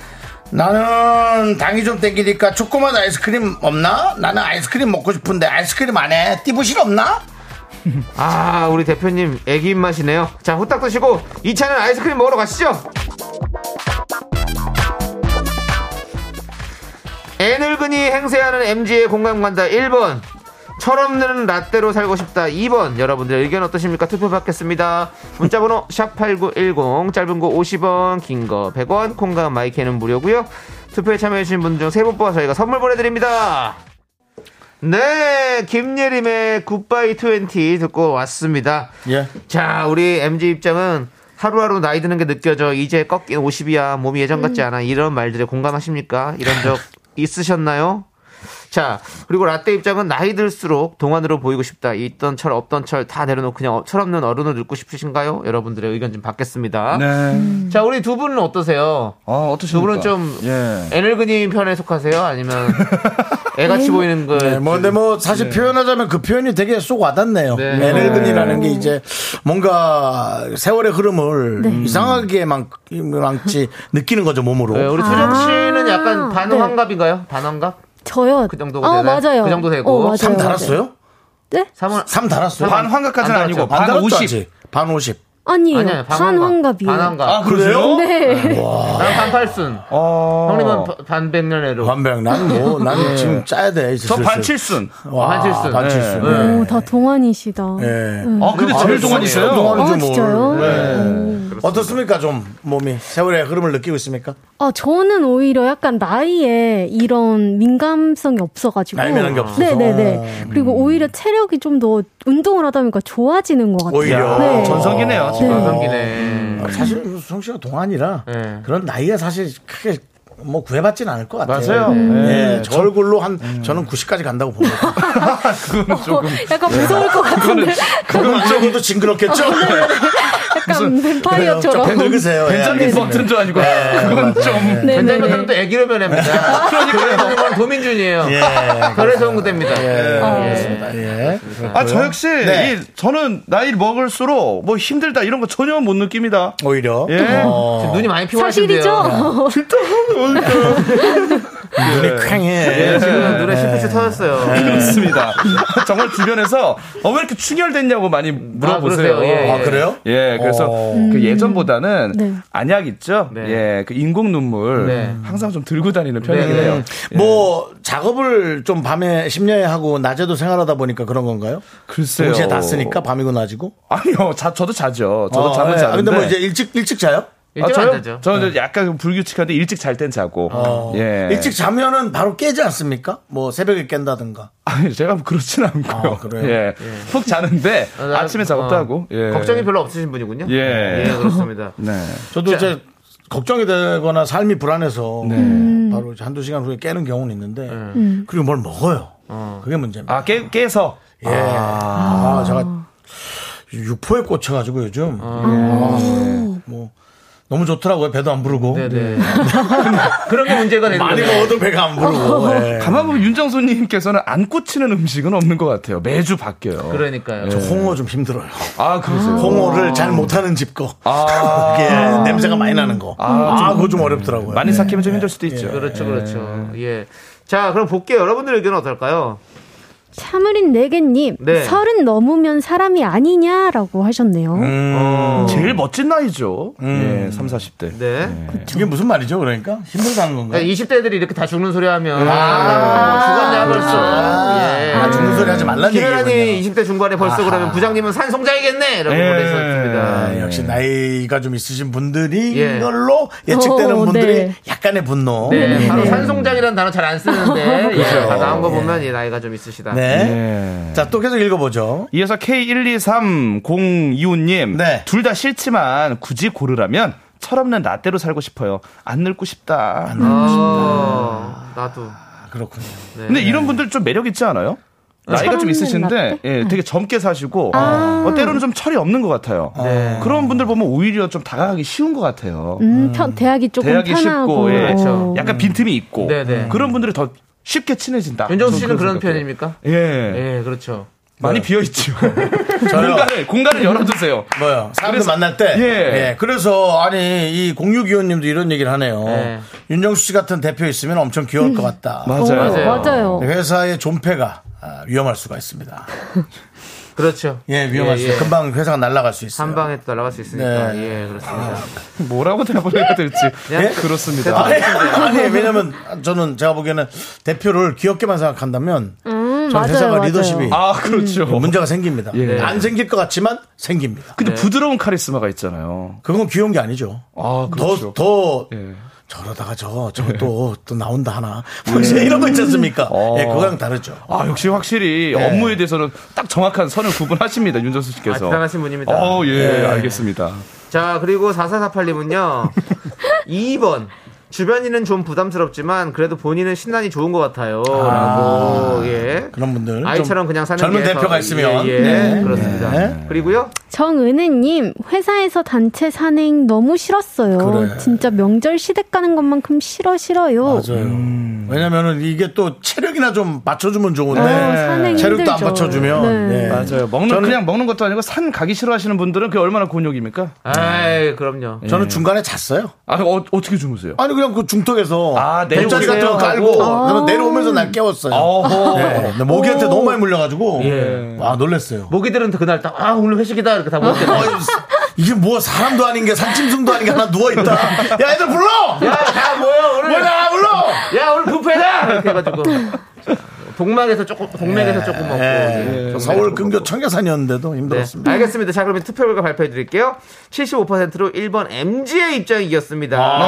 나는 당이 좀 땡기니까 초코맛 아이스크림 없나? 나는 아이스크림 먹고 싶은데 아이스크림 안 해. 띠부실 없나?
아, 우리 대표님 애기 입맛이네요. 자, 후딱 드시고 2차는 아이스크림 먹으러 가시죠. 애늙은이 행세하는 MG의 공감관다 1번. 철없는 라떼로 살고 싶다 2번 여러분들의 의견 어떠십니까 투표 받겠습니다 문자번호 샵8910 짧은 거 50원 긴 거 100원 콩과 마이크는 무료고요 투표에 참여해주신 분 중 세 분 뽑아 저희가 선물 보내드립니다 네, 김예림의 굿바이 20 듣고 왔습니다.
예.
자, 우리 MG 입장은 하루하루 나이 드는 게 느껴져. 이제 꺾인 50이야. 몸이 예전 같지 않아. 이런 말들에 공감하십니까? 이런 적 있으셨나요? 자, 그리고 라떼 입장은 나이 들수록 동안으로 보이고 싶다. 있던 철, 없던 철 다 내려놓고 그냥 철없는 어른을 늙고 싶으신가요? 여러분들의 의견 좀 받겠습니다.
네.
자, 우리 두 분은 어떠세요?
아, 어떠십니까?
두 분은 좀
예.
애늙은이 편에 속하세요? 아니면 애같이 보이는 그 거?
네, 뭐, 근데 뭐, 사실 표현하자면 그 표현이 되게 쏙 와닿네요.
네.
애늙은이라는 게 이제 뭔가 세월의 흐름을 이상하게 망, 망치 느끼는 거죠, 몸으로.
네, 우리
아. 네.
수정 씨는 약간 반환갑인가요? 반환갑?
저요.
그 정도가
어,
되나요?
맞아요.
그 정도 되고.
어, 맞아요,
삼
맞아요.
달았어요?
네?
3월
삼 달았어요?
반 환각까지는
안
아니고
달았죠.
반
반
달았죠,
50.
아직? 반 50.
아니에요.
아니야,
반환갑이에요.
반환갑.
아, 그래요?
네.
난 반팔순.
어.
형님은 바- 반백년애로.
반병. 난 뭐, 난 지금 짜야 돼. 이제
저
슬슬.
반칠순.
와,
반칠순.
반칠순.
네.
네.
오, 어, 다 동안이시다.
네.
아, 근데 제일 동안이세요.
동안이죠,
아,
뭘.
진짜요?
네.
어떻습니까, 좀 몸이 세월의 흐름을 느끼고 있습니까?
아, 저는 오히려 약간 나이에 이런 민감성이 없어가지고.
날면한 게 없어서. 아. 음.
네네네. 그리고 오히려 체력이 좀 더 운동을 하다 보니까 좋아지는 것 같아요.
오히려
네.
전성기네요, 지금.
네.
반성기네.
사실 송 씨가 동안이라
음. 네.
그런 나이에 사실 크게 뭐 구애받진 않을 것 같아요.
맞아요. 네.
네.
예, 저 얼굴로 한
음.
저는 90까지 간다고 봅니다.
그건 조금.
어, 약간 무서울 것 같은데.
그럼 안 정도 징그럽겠죠?
아,
약간 뱀파이어처럼.
조금 늙으세요. 예,
벤자민 버튼 줄 아니고. 그건 좀.
네네네.
반장님 은또 애기로 변합니다. 그러니까 형님은 도민준이에요.
예.
그래서 홍구대입니다.
어.
그렇습니다. 예.
아, 저 역시,
네.
이, 저는 나이 먹을수록 뭐 힘들다 이런 거 전혀 못 느낍니다.
오히려
예.
어,
지금 눈이 많이 피곤하신데요.
네.
사실이죠?
눈이
예.
쾅해. 예.
지금 예. 눈에 실핏이 터졌어요.
네. 그렇습니다. 정말 주변에서 어, 왜 이렇게 충혈됐냐고 많이 물어보세요.
아, 그러세요? 예.
아 그래요?
예, 그래서
어.
그 예전보다는
네.
안약 있죠?
네.
예, 그 인공 눈물
네.
항상 좀 들고 다니는 편이긴
네.
해요.
뭐 작업을 좀 밤에 심야에 하고 낮에도 생활하다 보니까 그런 건가요?
글쎄요.
동시에 다 쓰니까 밤이고 낮이고.
아니요, 자, 저도 자죠. 저도
어,
잠은
예. 아,
자는데.
근데 뭐 이제 일찍 일찍 자요?
아,
일찍
저요?
안 되죠.
저는 이제 약간 불규칙한데 일찍 잘 땐 자고.
어.
예.
일찍 자면은 바로 깨지 않습니까? 뭐 새벽에 깬다든가.
아니, 제가 뭐 그렇진 않고요.
아, 그래요?
예. 푹 자는데
아, 나-
아, 침에 작업도
어,
하고. 예.
걱정이 별로 없으신 분이군요.
예.
그렇습니다.
네.
저도 이제 걱정이 되거나 삶이 불안해서
네.
바로 이제 한두 시간 후에 깨는 경우는 있는데 그리고 뭘 먹어요. 그게 문제입니다.
아, 깨, 깨서.
예. 아, 제가 육포에 꽂혀가지고 요즘 아, 뭐 너무 좋더라고요. 배도 안 부르고
네네. 그런 게 문제가 되는
네.
많이
거예요.
먹어도 배가 안 부르고. 예.
가만 보면 윤정수님께서는 안 꽂히는 음식은 없는 것 같아요. 매주 바뀌어요.
그러니까요.
저 홍어 좀 힘들어요.
아, 그러세요.
홍어를 잘 못하는 집 거.
아.
그게 냄새가 많이 나는 거. 아, 그거 좀 어렵더라고요.
많이
예.
삭히면 좀 힘들 수도 있죠.
그렇죠, 그렇죠.
네.
예. 자, 그럼 볼게요. 여러분들 의견은 어떨까요?
차무린 네개님.
네.
서른 넘으면 사람이 아니냐라고 하셨네요.
음.
음,
어,
제일 멋진 나이죠. 예, 3, 40대.
네.
이게 무슨 말이죠, 그러니까? 힘들다는 건가요?
20대들이 이렇게 다 죽는 소리 하면. 아, 죽었냐, 벌써. 예.
네. 아, 죽는 소리 하지 말란
김혜란이
얘기군요.
20대 중반에 벌써 그러면 부장님은 산송자이겠네! 라고
예.
보내셨습니다. 네.
아, 역시 나이가 좀 있으신 분들이
예.
이걸로 예측되는
어,
분들이
네.
약간의 분노.
네,
네. 그렇죠.
바로 산송장이라는 단어 잘 안 쓰는데 예, 다 나온 거 보면 예, 나이가 좀 있으시다.
예.
네. 자, 또 계속 읽어보죠.
이어서 K123025님.
네.
둘 다 싫지만 굳이 고르라면 철없는 라떼로 살고 싶어요. 안 늙고 싶다.
아, 나도.
아, 그렇군요.
근데 이런 분들 좀 매력 있지 않아요? 나이가 좀
철없는
있으신데
라떼? 네. 아.
예, 되게 젊게 사시고 어, 때로는 좀 철이 없는 것 같아요. 그런 분들 보면 오히려 좀 다가가기 쉬운 것 같아요.
음, 편, 대학이 조금
대하기
편하고.
쉽고 예.
어.
약간 빈틈이 있고
네네.
그런 분들이 더 쉽게 친해진다.
윤정수
저는
씨는 그런
생각해요.
편입니까?
예.
예, 그렇죠.
많이 비어 있죠.
저요.
공간을 공간을 열어주세요.
뭐요? 사람들
그래서-
만날 때.
예.
예, 그래서, 아니, 이 공유기원님도 이런 얘기를 하네요.
예.
윤정수 씨 같은 대표 있으면 엄청 귀여울 것 같다.
맞아요.
맞아요.
어. 맞아요.
네. 회사의 존폐가 아, 위험할 수가 있습니다.
그렇죠.
예, 위험할 수.
예, 예.
금방 회사가 날아갈 수 있어요.
한 방에 또 날아갈 수 있으니까.
네.
예, 그렇습니다.
뭐라고 대답을 해야 될지.
예?
그렇습니다.
아니, 아니, 왜냐면 저는 제가 보기에는 대표를 귀엽게만 생각한다면
음,
저는
맞아요,
회사가
맞아요.
리더십이 뭐
아 그렇죠.
음.
문제가 생깁니다.
예.
안 생길 것 같지만 생깁니다.
네.
근데 부드러운 카리스마가 있잖아요.
그건 귀여운 게 아니죠. 예.
아 그렇죠.
더, 더
예.
저러다가 저, 저 또, 또 나온다 하나. 뭐 이제 이런 거 있지 않습니까?
어.
예, 그거랑 다르죠.
아 역시 확실히
네.
업무에 대해서는 딱 정확한 선을 구분하십니다 윤정수
아,
씨께서.
대단하신 분입니다. 네.
어, 예, 알겠습니다.
자, 그리고 4448님은요. 2번. 주변인은 좀 부담스럽지만 그래도 본인은 신난이 좋은 것 같아요. 라고. 예.
그런 분들. 좀
아이처럼 그냥 사는
젊은
게 더-
대표가 있으면.
예, 예.
네.
그렇습니다.
네.
그리고요.
정은혜님 회사에서 단체 산행 너무 싫었어요.
그래.
진짜 명절 시댁 가는 것만큼 싫어 싫어요.
맞아요. 음. 왜냐면은 이게 또 체력이나 좀 맞춰주면 좋은데.
어, 산행
체력도 네. 안
힘들죠.
맞춰주면.
네.
예.
맞아요. 먹는 그냥 먹는 것도 아니고 산 가기 싫어하시는 분들은 그게 얼마나 곤욕입니까?
아이, 그럼요.
저는 중간에 잤어요.
아 어, 떻게 주무세요?
아니 그냥 그 중턱에서
아,
돗자리
내려오세요 아.
같은 거 깔고
하고.
그다음에 내려오면서 날 깨웠어요.
아,
어허.
네. 근데 모기한테 너무 많이 물려가지고
예.
아 놀랬어요. 뭐,
모기들은 그날 딱, 아, 오늘 회식이다. 이렇게 다 모였겠네.
어이, 이게 뭐 사람도 아닌 게 산짐승도 아닌 게 하나 누워 있다. 야 얘들 불러.
야, 야, 뭐야, 오늘.
뭐야 불러.
야, 오늘 부페다! 이렇게 해가지고. 동맥에서 조금, 동맥에서 조금 먹고. 네,
예.
동맥에서
서울
조금
근교 청계산이었는데도 힘들었습니다.
네, 알겠습니다. 자, 그러면 투표 결과 발표해 드릴게요. 75%로 1번 MG의 입장이 이겼습니다.
아.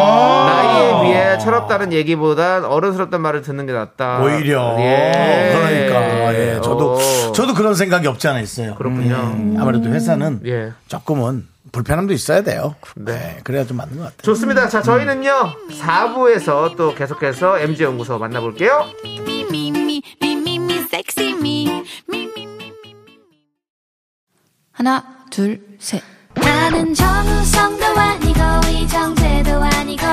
나이에 비해 철없다는 얘기보단 어른스럽다는 말을 듣는 게 낫다.
오히려
네. 예. 어.
그러니까 예. 저도
오.
저도 그런 생각이 없지 않아 있어요.
그렇군요.
음, 아무래도 회사는
예.
조금은 불편함도 있어야 돼요. 네, 그래야 좀 맞는 것 같아요.
좋습니다. 자, 저희는요.
음.
4부에서 또 계속해서 MG 연구소 만나볼게요.
me, me, me, me, me, me, sexy me. Me, me, me, me, me.
하나, 둘, 셋.
나는 정우성도 아니고 이정재도 아니고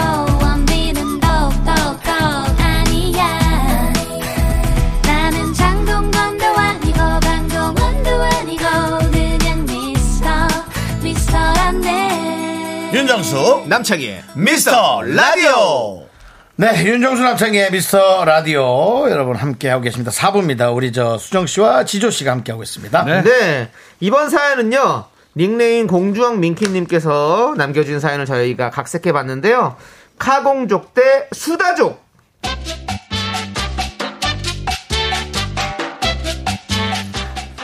원빈은 더욱더 아니야 나는 장동건도 아니고 강동원도 아니고 그냥 미스터 미스터란데
윤정수
남창희의
미스터 라디오 네 윤정수 남창의 미스터 라디오 여러분 함께하고 계십니다 4부입니다 우리 저 수정씨와 지조씨가 함께하고 있습니다
네.
네. 이번 사연은요. 닉네임 공주왕 민키님께서 남겨준 사연을 저희가 각색해 봤는데요. 카공족 대 수다족.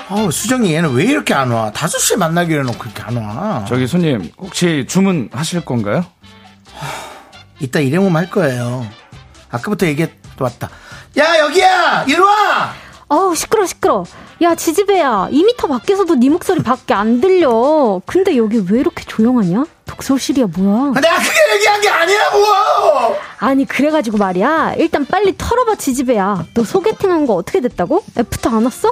어우 수정이 얘는 왜 이렇게 안와 5시에 만나기로 해놓고 그렇게 안와
저기 손님 혹시 주문하실 건가요?
이따 일회용 할 거예요 아까부터 얘기해 또 왔다 야 여기야 일로와
어우 시끄러 시끄러. 야 지지배야 2미터 밖에서도 네 목소리 밖에 안 들려. 근데 여기 왜 이렇게 조용하냐? 독서실이야 뭐야?
내가 그게 얘기한 게 아니라고
아니 그래가지고 말이야 일단 빨리 털어봐 지지배야. 너 소개팅한 거 어떻게 됐다고? 애프터 안 왔어?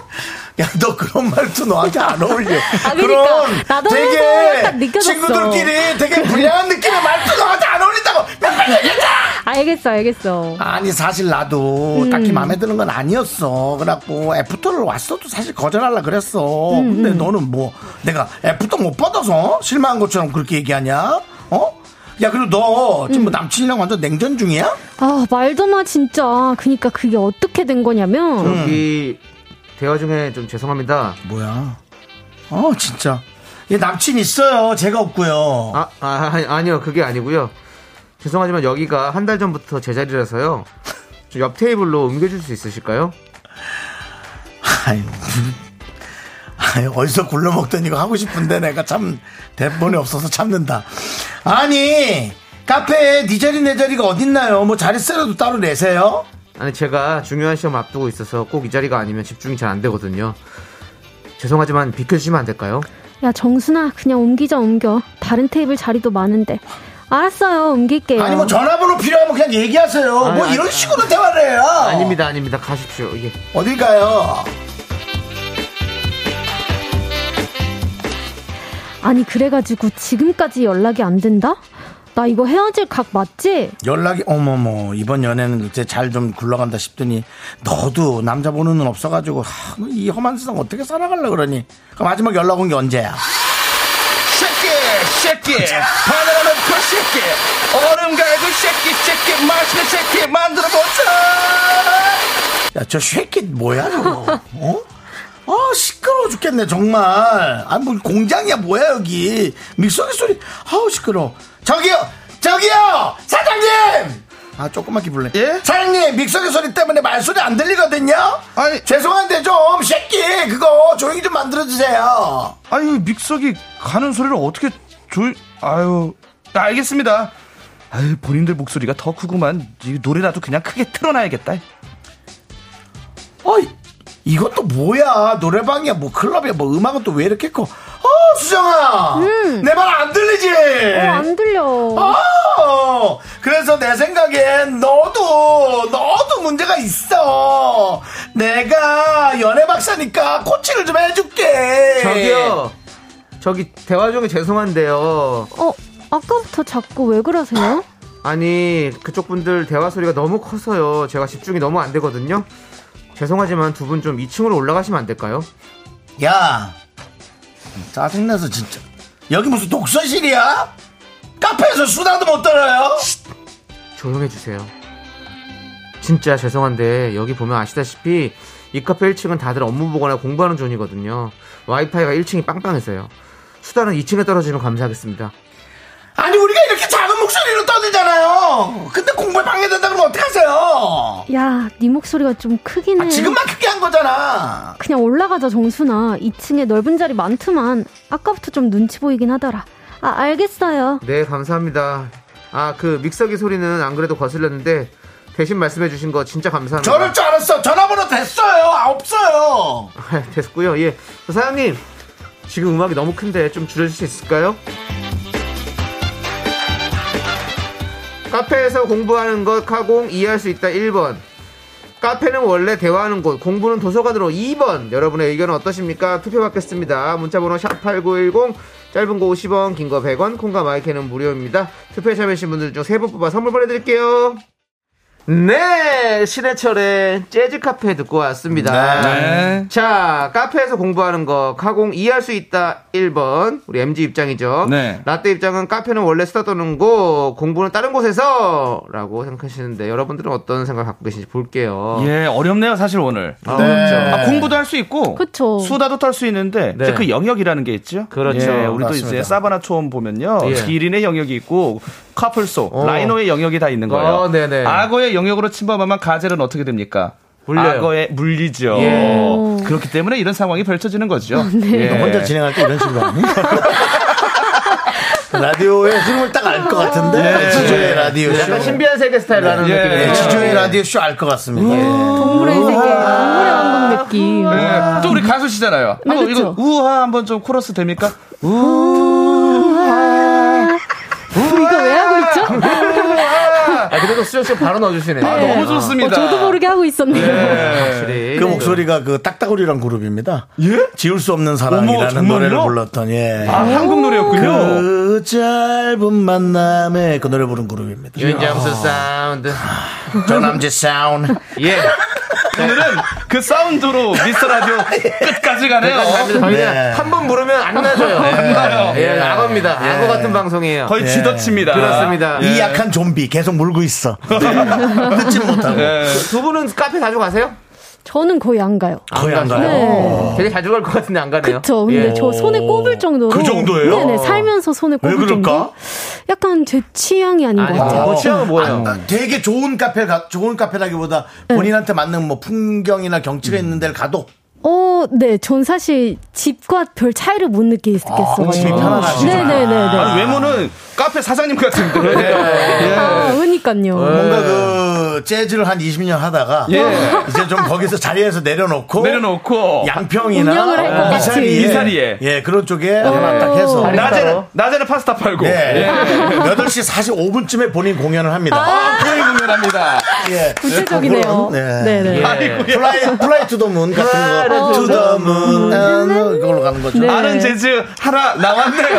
야 너 그런 말도 너한테 안 어울려
아, 그러니까.
그런
나도
되게
해서 딱 느껴졌어.
친구들끼리 되게 불량한 느낌의 말도 너한테 안 어울린다고
알겠어 알겠어.
아니 사실 나도 딱히 마음에 드는 건 아니었어. 그래갖고 애프터를 왔어도 사실 거절하려
음,
그랬어. 근데 너는 뭐 내가 애프터 못 받아서 실망한 것처럼 그렇게 얘기하냐? 어? 야 그리고 너 지금
음.
뭐 남친이랑 완전 냉전 중이야?
아 말도 마 진짜. 그니까 그게 어떻게 된 거냐면
음.
이 대화 중에 좀 죄송합니다.
뭐야? 어 진짜. 얘 남친 있어요. 제가 없고요.
아, 아, 아니, 요 그게 아니고요. 죄송하지만 여기가 한 달 전부터 제 자리라서요. 좀 옆 테이블로 옮겨줄 수 있으실까요?
아유, 아유, 어디서 굴러먹던 이거 하고 싶은데 내가 참 대본이 없어서 참는다. 아니 카페에 네 자리 내 자리가 어딨나요? 뭐 자리세라도 따로 내세요.
아니, 제가 중요한 시험 앞두고 있어서 꼭 이 자리가 아니면 집중이 잘 안 되거든요. 죄송하지만 비켜주시면 안 될까요?
야 정순아 그냥 옮기자 옮겨 다른 테이블 자리도 많은데 알았어요 옮길게요
아니 뭐 전화번호 필요하면 그냥 얘기하세요. 뭐
아니,
이런
아니,
식으로 대화를 해요.
아닙니다, 아닙니다. 가십시오. 예.
어딜 가요?
아니 그래가지고 지금까지 연락이 안 된다? 나 이거 헤어질 각 맞지?
연락이 어머머 이번 연애는 이제 잘 좀 굴러간다 싶더니 너도 남자 보는 눈 없어가지고 하, 너이 험한 세상 어떻게 살아갈라 그러니 그 마지막 연락 온 게 언제야?
새끼 새끼 바나나는 그 새끼 얼음 갈고 새끼 새끼 맛있는 새끼 만들어 보자
야 저 쉐킷 뭐야 저거? 어? 아 시끄러워 죽겠네 정말. 아 뭐 공장이야 뭐야 여기 밀소리 소리. 아우 시끄러. 저기요 저기요 사장님. 아 조그맣게 불러.
예?
사장님 믹서기 소리 때문에 말소리 안 들리거든요.
아니.
죄송한데 좀 새끼 그거 조용히 좀 만들어 주세요.
아, 아니 믹서기 가는 소리를 어떻게 조이 아유 알겠습니다 아유, 본인들 목소리가 더 크구만. 이 노래라도 그냥 크게 틀어놔야겠다.
어이, 이건 또 뭐야? 노래방이야, 뭐 클럽이야, 뭐 음악은 또 왜 이렇게 커? 어, 수정아, 내 말 안 들리지?
음. 어, 안 들려.
어, 그래서 내 생각엔 너도 너도 문제가 있어. 내가 연애 박사니까 코치를 좀 해줄게.
저기요. 저기 대화 중에 죄송한데요.
어, 아까부터 자꾸 왜 그러세요?
아니 그쪽 분들 대화 소리가 너무 커서요. 제가 집중이 너무 안 되거든요. 죄송하지만 두 분 좀 2층으로 올라가시면 안 될까요?
야, 짜증나서 진짜. 여기 무슨 독서실이야? 카페에서 수다도 못 떨어요?
조용해 주세요. 진짜 죄송한데 여기 보면 아시다시피 이 카페 1층은 다들 업무 보거나 공부하는 존이거든요. 와이파이가 1층이 빵빵해서요. 수다는 2층에 떨어지면 감사하겠습니다.
아니 우리가 이렇게 작은 목소리로 떠들잖아요. 근데 공부에 방해된다 그러면 어떡하세요?
야, 네 목소리가 좀 크긴 해.
아, 지금만 크게 한 거잖아.
그냥 올라가자, 정순아. 2층에 넓은 자리 많지만 아까부터 좀 눈치 보이긴 하더라. 아, 알겠어요.
네, 감사합니다. 아, 그 믹서기 소리는 안 그래도 거슬렸는데 대신 말씀해 주신 거 진짜 감사합니다.
저럴 줄 알았어. 전화번호 됐어요. 아, 없어요.
아, 됐고요. 예. 사장님. 지금 음악이 너무 큰데 좀 줄여 줄수 있을까요? 카페에서 공부하는 것 카공 이해할 수 있다 1번. 카페는 원래 대화하는 곳, 공부는 도서관으로 2번. 여러분의 의견은 어떠십니까? 투표 받겠습니다. 문자번호 샵8910, 짧은 거 50원, 긴 거 100원, 콩과 마이크는 무료입니다. 투표에 참여하신 분들 중 3분 뽑아 선물 보내드릴게요. 네, 신해철의 재즈 카페 듣고 왔습니다.
네.
자, 카페에서 공부하는 거, 카공 이해할 수 있다 1번. 우리 MG 입장이죠.
네.
라떼 입장은 카페는 원래 수다 떠는 곳, 공부는 다른 곳에서 라고 생각하시는데 여러분들은 어떤 생각 갖고 계신지 볼게요.
예, 어렵네요, 사실 오늘.
네.
아, 그렇죠.
아, 공부도 할 수 있고
그쵸.
수다도 떨 수 있는데
네.
이제 그 영역이라는 게 있죠.
그렇죠.
예, 우리도
맞습니다.
이제 사바나 초음 보면요.
예.
기린의 영역이 있고 카플소,
어.
라이노의 영역이 다 있는 거예요.
어, 네네.
악어의 영역으로 침범하면 가젤은 어떻게 됩니까?
물려요.
악어에 물리죠.
예.
그렇기 때문에 이런 상황이 펼쳐지는 거죠.
네.
예.
너
네.
혼자 진행할 때 이런 식으로 하니? 라디오의 흐름을 딱 알 것 같은데
네.
네. 지조의 라디오 쇼
약간 신비한 세계 스타일이라는
예.
네,
느낌이에요.
지조의 라디오 쇼 알 것 같습니다
음.
동물의 세계, 동물의 왕국 느낌.
예, 또 우리 가수시잖아요.
네,
한번
그쵸.
이거 우하 한번 좀 코러스 됩니까?
이거 왜 하고 있죠?
아, 그래도 수정 씨 바로 넣어주시네요.
아, 너무 좋습니다.
어, 저도 모르게 하고 있었네요.
확실히.
그 목소리가 그 딱따구리란 그룹입니다
네. 예?
지울 수 없는 사랑이라는
어머, 정말요?
노래를 불렀던 예.
아, 한국 노래였군요.
그 짧은 만남에 그 노래 부른 그룹입니다
윤정수 사운드.
전남지 사운드
예.
오늘은 그 사운드로 미스터 라디오
예.
끝까지 가네요.
저희는
네.
한 번 물으면 안 나줘요. 안
나요.
예,
예.
악어입니다.
예.
악어 같은 방송이에요.
거의 지더칩니다.
그렇습니다.
이 약한 좀비 계속 물고 있어 네. 듣진 못하고
예.
두 분은 카페 자주 가시요
저는 거의 안 가요.
거의 안 가요
네.
되게 자주 갈 것 같은데 안 가네요.
아, 그쵸. 근데
예.
저 손에 꼽을 정도로.
그 정도예요?
네네. 살면서 손에
왜
꼽을
그럴까?
정도. 약간 제 취향이 아닌 것
아니,
같아요.
뭐 취향은 뭐예요?
아, 되게 좋은 카페 가, 좋은 카페라기보다
네.
본인한테 맞는 뭐 풍경이나 경치가 있는 데를 가도
어, 네. 전 사실 집과 별 차이를 못 느끼겠어요.
아, 집이 편안하시구나.
네네네네.
아니, 외모는 카페 사장님 같은데. 예.
아,
네.
그니까요.
뭔가 그 재즈를 한 20년 하다가
예.
이제 좀 거기서 자리에서 내려놓고
내려놓고.
운영을 할것 어.
양평이나
같이.
미사리에,
미사리에.
예 그런 쪽에 하나 딱 해서
낮에는, 낮에는 파스타 팔고.
예.
예.
8시 45분쯤에 본인 공연을
아.
합니다.
그걸 공연합니다.
예.
구체적이네요.
그런, 네.
네네.
아이고야.
플라이 플라이 투더문 같은 거 투더문 어, 그걸로 가는 거죠.
네.
아는 재즈 하나 나왔네요.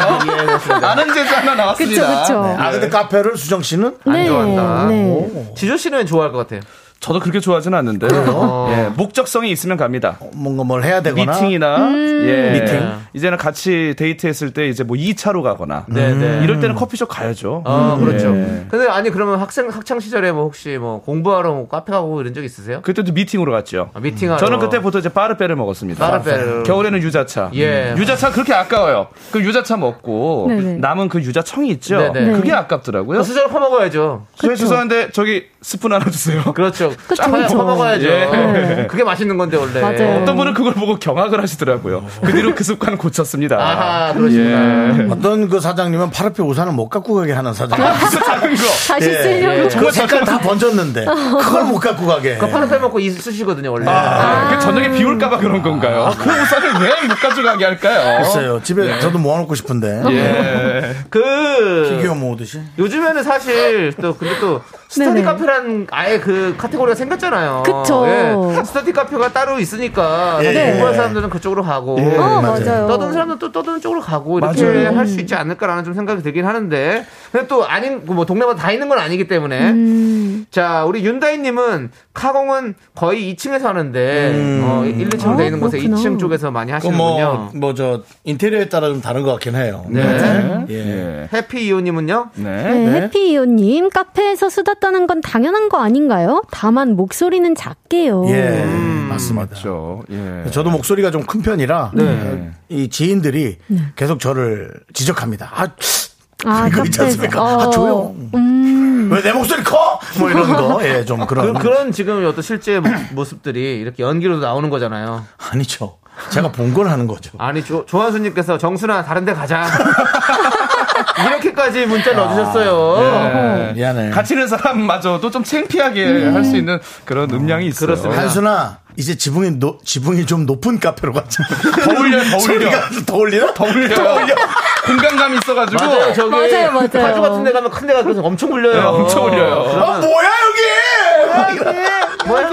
아는 재즈 하나
그쵸,
나왔습니다. 네.
그쵸.
아 근데 카페를 수정 씨는
네.
좋아한다.
뭐.
네.
지조 씨는 좋아할 것 같아요.
저도 그렇게 좋아하진 않는데. 예, 목적성이 있으면 갑니다.
뭔가 뭘 해야 되거나
미팅이나 예.
미팅.
이제는 같이 데이트했을 때 이제 뭐 2차로 가거나
네, 네.
이럴 때는 커피숍 가야죠.
아,
음.
그렇죠.
네.
예.
근데 아니 그러면 학생 학창 시절에 뭐 혹시 뭐 공부하러 뭐 카페 가고 이런 적 있으세요?
그때도 미팅으로 갔죠.
아, 미팅하러.
저는 그때 보통 이제 빠르빼를 먹었습니다.
빠르빼를.
겨울에는 유자차.
예.
유자차 그렇게 아까워요. 그 유자차 먹고
네네.
남은 그 유자청이 있죠.
네네.
그게 아깝더라고요.
수저를 퍼 먹어야죠.
죄- 죄송한데 저기 스푼 하나 주세요.
그렇죠. 그렇죠.
그쵸,
쫙
그쵸.
퍼먹어야죠.
예.
그게 맛있는 건데 원래.
맞아요.
어떤 분은 그걸 보고 경악을 하시더라고요. 그 뒤로 그 습관을 고쳤습니다.
아하, 그러시구나.
예.
어떤 그 사장님은 파르페 우산을 못 갖고 가게 하는 사장님.
작은 거.
다시 쓰려고.
아, 그 색깔 다 번졌는데 그걸 못 갖고 가게.
그 파는 빼먹고 있으시거든요 원래.
아, 그 저녁에 비 올까봐 그런 건가요?
아.
그 우산을 왜 못 가져가게 할까요?
있어요. 집에 저도 모아놓고 싶은데 뭐
예.
그
피규어 모으듯이.
요즘에는 사실 또 근데 또 스터디
네네.
카페라는 아예 그 카테고리가 생겼잖아요.
그쵸.
예. 스터디 카페가 따로 있으니까
예.
공부하는 사람들은 그쪽으로 가고
맞아요.
어, 맞아요.
떠드는 사람은 또 떠드는 쪽으로 가고 이렇게
맞아요.
할 수 있지 않을까라는 좀 생각이 들긴 하는데 근데 또 아닌 뭐 동네마다 다 있는 건 아니기 때문에
음,
자 우리 윤다희님은 카공은 거의 2층에서 하는데 어, 1, 2층 돼
아,
있는 곳에
그렇구나.
2층 쪽에서 많이
뭐,
하시는군요.
그뭐뭐저 인테리어에 따라 좀 다른 것 같긴 해요.
네.
예.
해피 이호님은요?
네.
네, 해피이오님, 카페에서 수다 떠는 건 당연한 거 아닌가요? 다만 목소리는 작게요.
예, 맞습니다.
그렇죠. 예.
저도 목소리가 좀 큰 편이라 이 지인들이 계속 저를 지적합니다. 아,
아, 음.
이거 있지 않습니까? 아, 조용. 왜 내 목소리 커? 뭐 이런 거. 예, 좀
그,
그런.
그런 지금 어떤 실제 모- 모습들이 이렇게 연기로도 나오는 거잖아요.
아니죠. 제가 본 걸 하는 거죠.
아니 조, 조한수님께서 정순아 다른데 가자. 이렇게까지 문자 넣어주셨어요.
예.
미안해.
같이 있는 사람마저도 좀 창피하게
음.
할 수 있는 그런 음량이 있어요.
그렇습니다.
한순아, 이제 지붕이, 노- 지붕이 좀 높은 카페로 가자.
더 올려, 더 올려.
소리가 더 올리나?
더 올려. 아, 공간감이 있어가지고.
맞아요, 저기
맞아요, 맞아요.
가족 그 같은 데 가면 큰 데 가서 엄청 울려요. 어,
네, 엄청 울려요.
아, 뭐야, 여기!
뭐야?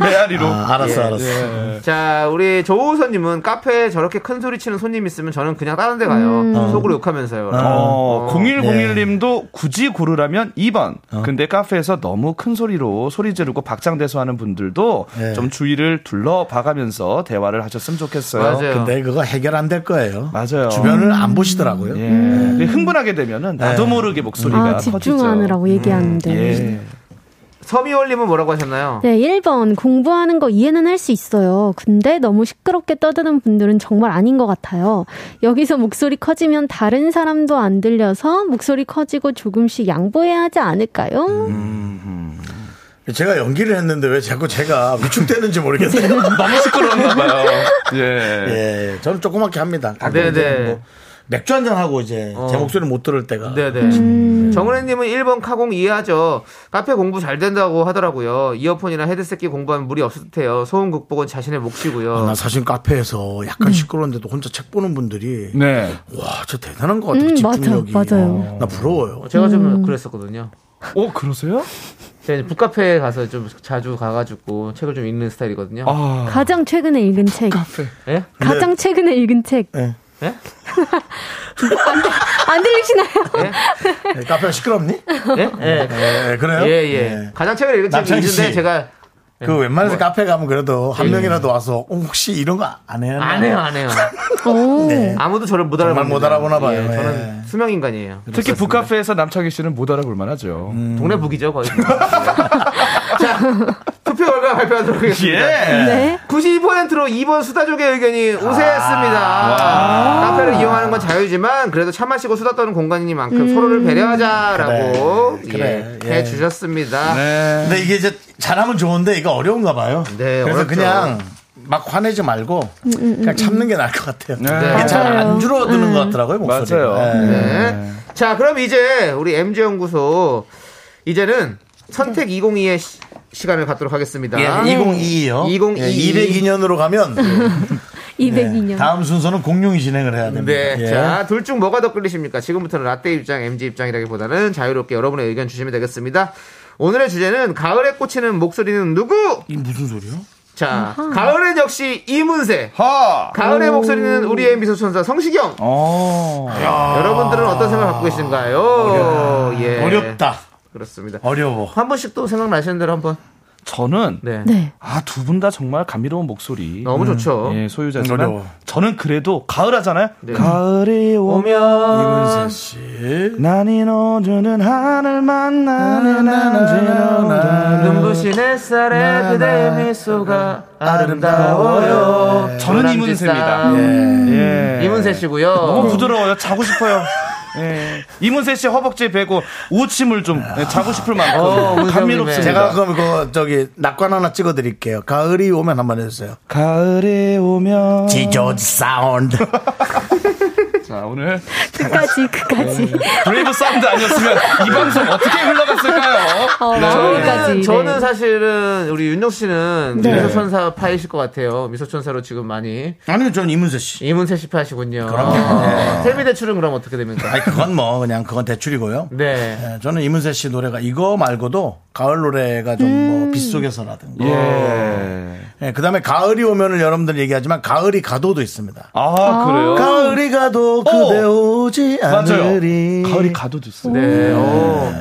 메아리로.
아, 알았어, 알았어.
예.
자, 우리 조우선님은 카페에 저렇게 큰 소리 치는 손님 있으면 저는 그냥 다른 데 가요.
음.
속으로 욕하면서요.
어, 0101님도 굳이 고르라면 2번. 근데 카페에서 너무 큰 소리로 소리 지르고 박장대소 하는 분들도
네.
좀 주의를 둘러봐가면서 대화를 하셨으면 좋겠어요.
맞아요.
근데 그거 해결 안 될 거예요.
맞아요.
주변을 안 보시더라고요.
예. 근데 흥분하게 되면은 나도
네.
모르게 목소리가
아,
커지죠.
집중하느라고 네. 얘기하는데.
음.
예.
서미월님은 뭐라고 하셨나요?
네, 1번. 공부하는 거 이해는 할 수 있어요. 근데 너무 시끄럽게 떠드는 분들은 정말 아닌 것 같아요. 여기서 목소리 커지면 다른 사람도 안 들려서 목소리 커지고 조금씩 양보해야 하지 않을까요?
예.
제가 연기를 했는데 왜 자꾸 제가 위축되는지 모르겠어요.
너무 시끄러웠나 봐요. 예.
예, 저는 조그맣게 합니다.
아,
네네.
가끔 이제 뭐 맥주 한 잔 하고 이제 제
어.
목소리 못 들을 때가.
네네.
음.
음.
정은혜님은 1번 카공 이해하죠. 카페 공부 잘 된다고 하더라고요. 이어폰이나 헤드셋 끼 공부하면 무리 없을 듯해요. 소음 극복은 자신의 몫이고요.
아, 나 사실 카페에서
음.
약간 시끄러운데도 혼자 책 보는 분들이
네.
와, 저 대단한 것 같아요.
음,
집중력이.
맞아, 맞아요.
어, 나 부러워요.
제가
음.
좀 그랬었거든요.
어, 그러세요?
제가 이제 북카페에 가서 좀 자주 가가지고 책을 좀 읽는 스타일이거든요.
아.
가장 최근에 읽은 책.
예?
가장 최근에 읽은 책.
예.
예?
안 들리시나요?
예, 카페가 시끄럽니?
예? 예.
예, 아, 그래요?
예, 뭐. 예. 가장 최근에 읽은 책이
남창희
있는데
씨.
제가
그 웬만해서 카페 가면 그래도 한 명이라도 와서 어, 혹시 이런 거 안 해요?
예. 안 해요, 안 해요.
오.
아무도 저를 못 알아봐.
네. 정말 못 알아보나 봐요.
예,
예.
저는 수명 인간이에요.
특히 북카페에서 남창희 씨는 못 알아볼 만하죠.
음.
동네 북이죠, 거의. 자, 투표 결과 발표하도록 하겠습니다.
예.
네.
92%로 2번 수다족의 의견이
아.
우세했습니다. 카페를 이용하는 건 자유지만 그래도 차 마시고 수다 떠는 공간이니만큼 서로를 배려하자라고
그래, 그래,
예,
예.
해주셨습니다.
네.
근데 이게 이제 잘하면 좋은데 이거 어려운가 봐요.
네,
그래서
어렵죠.
그냥 막 화내지 말고
음,
그냥 참는 게 나을 것 같아요.
네.
이게 잘
맞아요. 음.
안 줄어드는 것 같더라고요, 목소리가.
맞아요.
예.
네. 자, 그럼 이제 우리 MG연구소 이제는 선택 202의 시, 간을 갖도록 하겠습니다.
예, 2022요. 예,
2022.
202년으로 가면 네,
202년.
다음 순서는 공룡이 진행을 해야 됩니다.
네.
예.
자, 둘 중 뭐가 더 끌리십니까? 지금부터는 라떼 입장, MG 입장이라기보다는 자유롭게 여러분의 의견 주시면 되겠습니다. 오늘의 주제는 가을에 꽂히는 목소리는 누구?
이게 무슨 소리야?
자, 가을엔 역시 이문세.
하!
가을의 목소리는 우리의 미소천사 성시경.
어.
여러분들은 어떤 생각 갖고 계신가요? 예.
아. 어렵다.
그렇습니다.
어려워.
한 번씩 또 생각나시는 대로 한 번.
저는
네.
네.
아, 두 분 다 정말 감미로운 목소리.
너무 좋죠.
음.
예, 소유자지만
어려워.
저는 그래도 가을 하잖아요.
네.
가을이 오면
이문세 씨.
난이 어두는 하늘 만나는 남자는
눈부신 햇살에 그대의 미소가 아름다워요.
저는 이문세입니다.
노란빛
예.
음.
쌈. 음. 이문세 씨고요. 음.
너무 부드러워요. 자고 싶어요. 예. 이문세 씨 허벅지 베고 우침을 좀 예, 자고 싶을 만큼
어, 우리
감미롭습니다.
제가 그럼 그 저기 낙관 하나 찍어드릴게요. 가을이 오면 한번 해주세요.
가을에 오면
지조지 사운드.
자 오늘
그까지 그까지.
브레이브 사운드 아니었으면 이 방송 어떻게 흘러갔을까요?
어, 마무리까지.
저는,
네.
저는 사실은 우리 윤정수 씨는
네.
미소천사 파이실 것 같아요. 미소천사로 지금 많이
아니면 저는 이문세 씨.
이문세 씨 파시군요. 어.
그럼요. 네.
세미대출은 그럼 어떻게 됩니까?
아니 그건 뭐 그냥 그건 대출이고요.
네.
예, 저는 이문세 씨 노래가 이거 말고도 가을 노래가 좀 뭐
음.
빗속에서라든가.
예.
예, 그다음에 가을이 오면을 여러분들 얘기하지만 가을이 가도도 있습니다.
아 그래요?
가을이 가도 그대 오지
맞아요.
않으리.
가을이 가도 됐어요.
네. 오.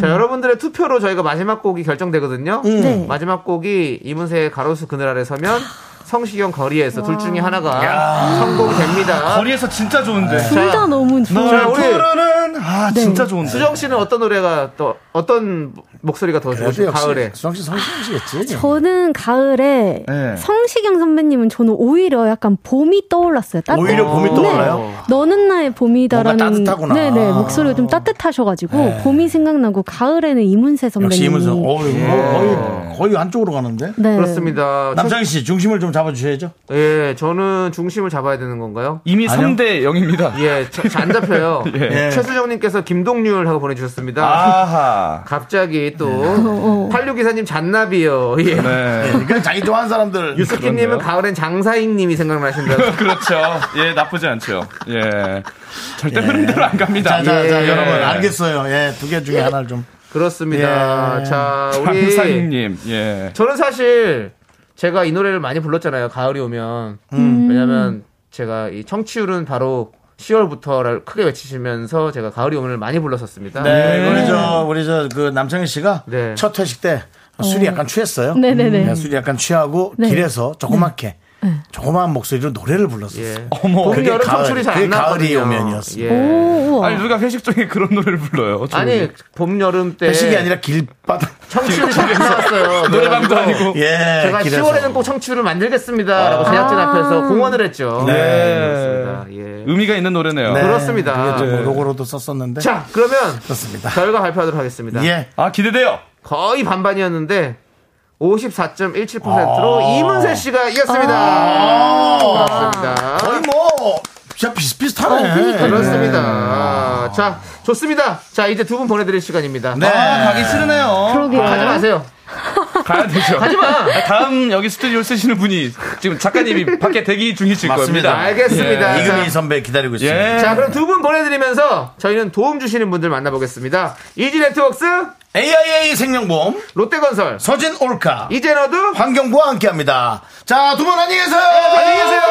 자, 여러분들의 투표로 저희가 마지막 곡이 결정되거든요.
음.
네.
마지막 곡이 이문세의 가로수 그늘 아래 서면 성시경 거리에서 둘 중에 하나가 성공이 됩니다.
네. 거리에서 진짜 좋은데.
둘 다 너무 좋아.
자,
널
우리-
네. 부르는 아 진짜 좋은데.
네. 수정 씨는 어떤 노래가 또 어떤 목소리가 더
그래도
좋으세요?
역시
가을에.
수정 씨 성시경 씨겠지.
저는 가을에
네.
성시경 선배님은 저는 오히려 약간 봄이 떠올랐어요. 따뜻-
오히려 봄이
네.
떠올라요?
너는 나의 봄이다라는
뭔가 따뜻하구나. 네.
네네 목소리가 좀 따뜻하셔가지고 봄이 생각나고 가을에는 이문세 선배님.
역시 이문세. 어, 거의 거의 한쪽으로 가는데.
네.
그렇습니다.
남창희 씨 중심을 좀 잡아주셔야죠.
예, 저는 중심을 잡아야 되는 건가요?
이미 3대 0입니다.
예, 저- 안 잡혀요.
네.
예.
최수정님께서 김동률 하고 보내주셨습니다.
아하. 어,
갑자기
네.
또 86기사님 잔나비요. 예.
네.
그러니까 자기 좋아하는 사람들.
그렇네요.
유스키님은 가을엔 장사익님이 생각나신다고.
그렇죠. 예, 나쁘지 않죠. 예. 절대 흐름대로 안 갑니다.
자, 자, 자,
예.
여러분 알겠어요. 예, 두 개 중에 하나를 좀.
그렇습니다.
예.
자, 우리
강사님, 예.
저는 사실 제가 이 노래를 많이 불렀잖아요. 가을이 오면.
음.
왜냐면 제가 이 청취율은 바로 10월부터를 크게 외치시면서 제가 가을이 오면을 많이 불렀었습니다.
네, 우리 저 우리 저 그 남창희 씨가
네.
첫 회식 때 술이 약간 취했어요.
네네네.
네, 술이 약간 취하고
네.
길에서 조그맣게 조그마한 목소리로 노래를 불렀었어요.
예.
어머.
봄,
그게
여름
가을,
청출이 잘
그게
안 나거든요.
가을이 오면이었어요.
오,
예.
우와.
아니, 누가 회식 중에 그런 노래를 불러요? 저
아니 봄 여름 때
회식이 아니라 길바닥.
청출이 잘 안 나왔어요.
그 노래방도 아니고.
예,
제가
길에서. 아.
10월에는 꼭 청취를 만들겠습니다라고 제작진 앞에서 공언을 했죠.
네.
그렇습니다. 예.
의미가 있는 노래네요.
네,
그렇습니다.
그게 좀
예.
로고로도 썼었는데.
자, 그러면
그렇습니다.
결과 발표하도록 하겠습니다.
예.
아, 기대돼요.
거의 반반이었는데 54.17%로
아.
이문세 씨가 이겼습니다. 그렇습니다.
거의 뭐 진짜 비슷비슷하네.
그렇습니다. 자, 좋습니다. 자, 이제 두 분 보내드릴 시간입니다. 어,
네.
아, 가기 싫으네요.
그러게요.
가지 마세요.
가야 되죠. 아,
가지 마.
다음 여기 스튜디오 쓰시는 분이 지금 작가님이 밖에 대기 중이실
맞습니다. 예,
겁니다.
알겠습니다.
이금희 선배 기다리고 있습니다.
예.
자, 그럼 두 분 보내드리면서 저희는 도움 주시는 분들 만나보겠습니다. 이지 네트웍스,
AIA 생명보험
롯데건설,
서진 올카
이제너드,
환경부와 함께합니다. 자, 두 분 안녕히 계세요.
네, 안녕히 계세요.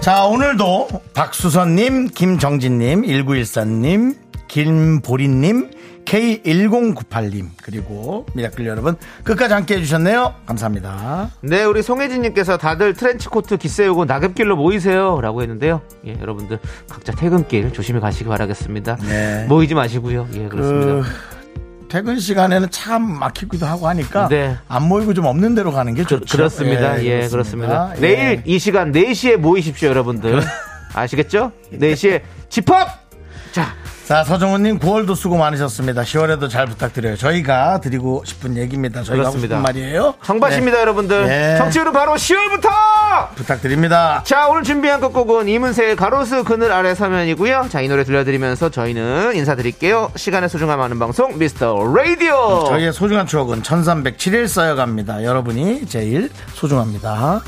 자, 오늘도 박수선님, 김정진님, 1914님, 김보리님, K1098님, 그리고 미라클 여러분, 끝까지 함께 해주셨네요. 감사합니다.
네, 우리 송혜진님께서 다들 트렌치코트 기세우고 낙엽길로 모이세요. 라고 했는데요. 예, 여러분들 각자 퇴근길 조심히 가시기 바라겠습니다.
네.
모이지 마시고요. 예,
그,
그렇습니다.
퇴근 시간에는 참 막히기도 하고 하니까,
네.
안 모이고 좀 없는 데로 가는 게 좋죠.
그, 렇습니다 예, 그렇습니다. 내일 이 시간 4시에 모이십시오, 여러분들. 아시겠죠? 4시에 집합! 자,
자, 서정훈님 9월도 수고 많으셨습니다. 10월에도 잘 부탁드려요. 저희가 드리고 싶은 얘기입니다. 저희가
그렇습니다.
하고 싶은 말이에요.
정바입니다
네,
여러분들.
네.
정치율은 바로 10월부터!
부탁드립니다.
자, 오늘 준비한 끝곡은 이문세의 가로수 그늘 아래 서면이고요. 자, 이 노래 들려드리면서 저희는 인사드릴게요. 시간의 소중함 아는 방송, 미스터 라디오!
저희의 소중한 추억은 1307일 쌓여갑니다. 여러분이 제일 소중합니다.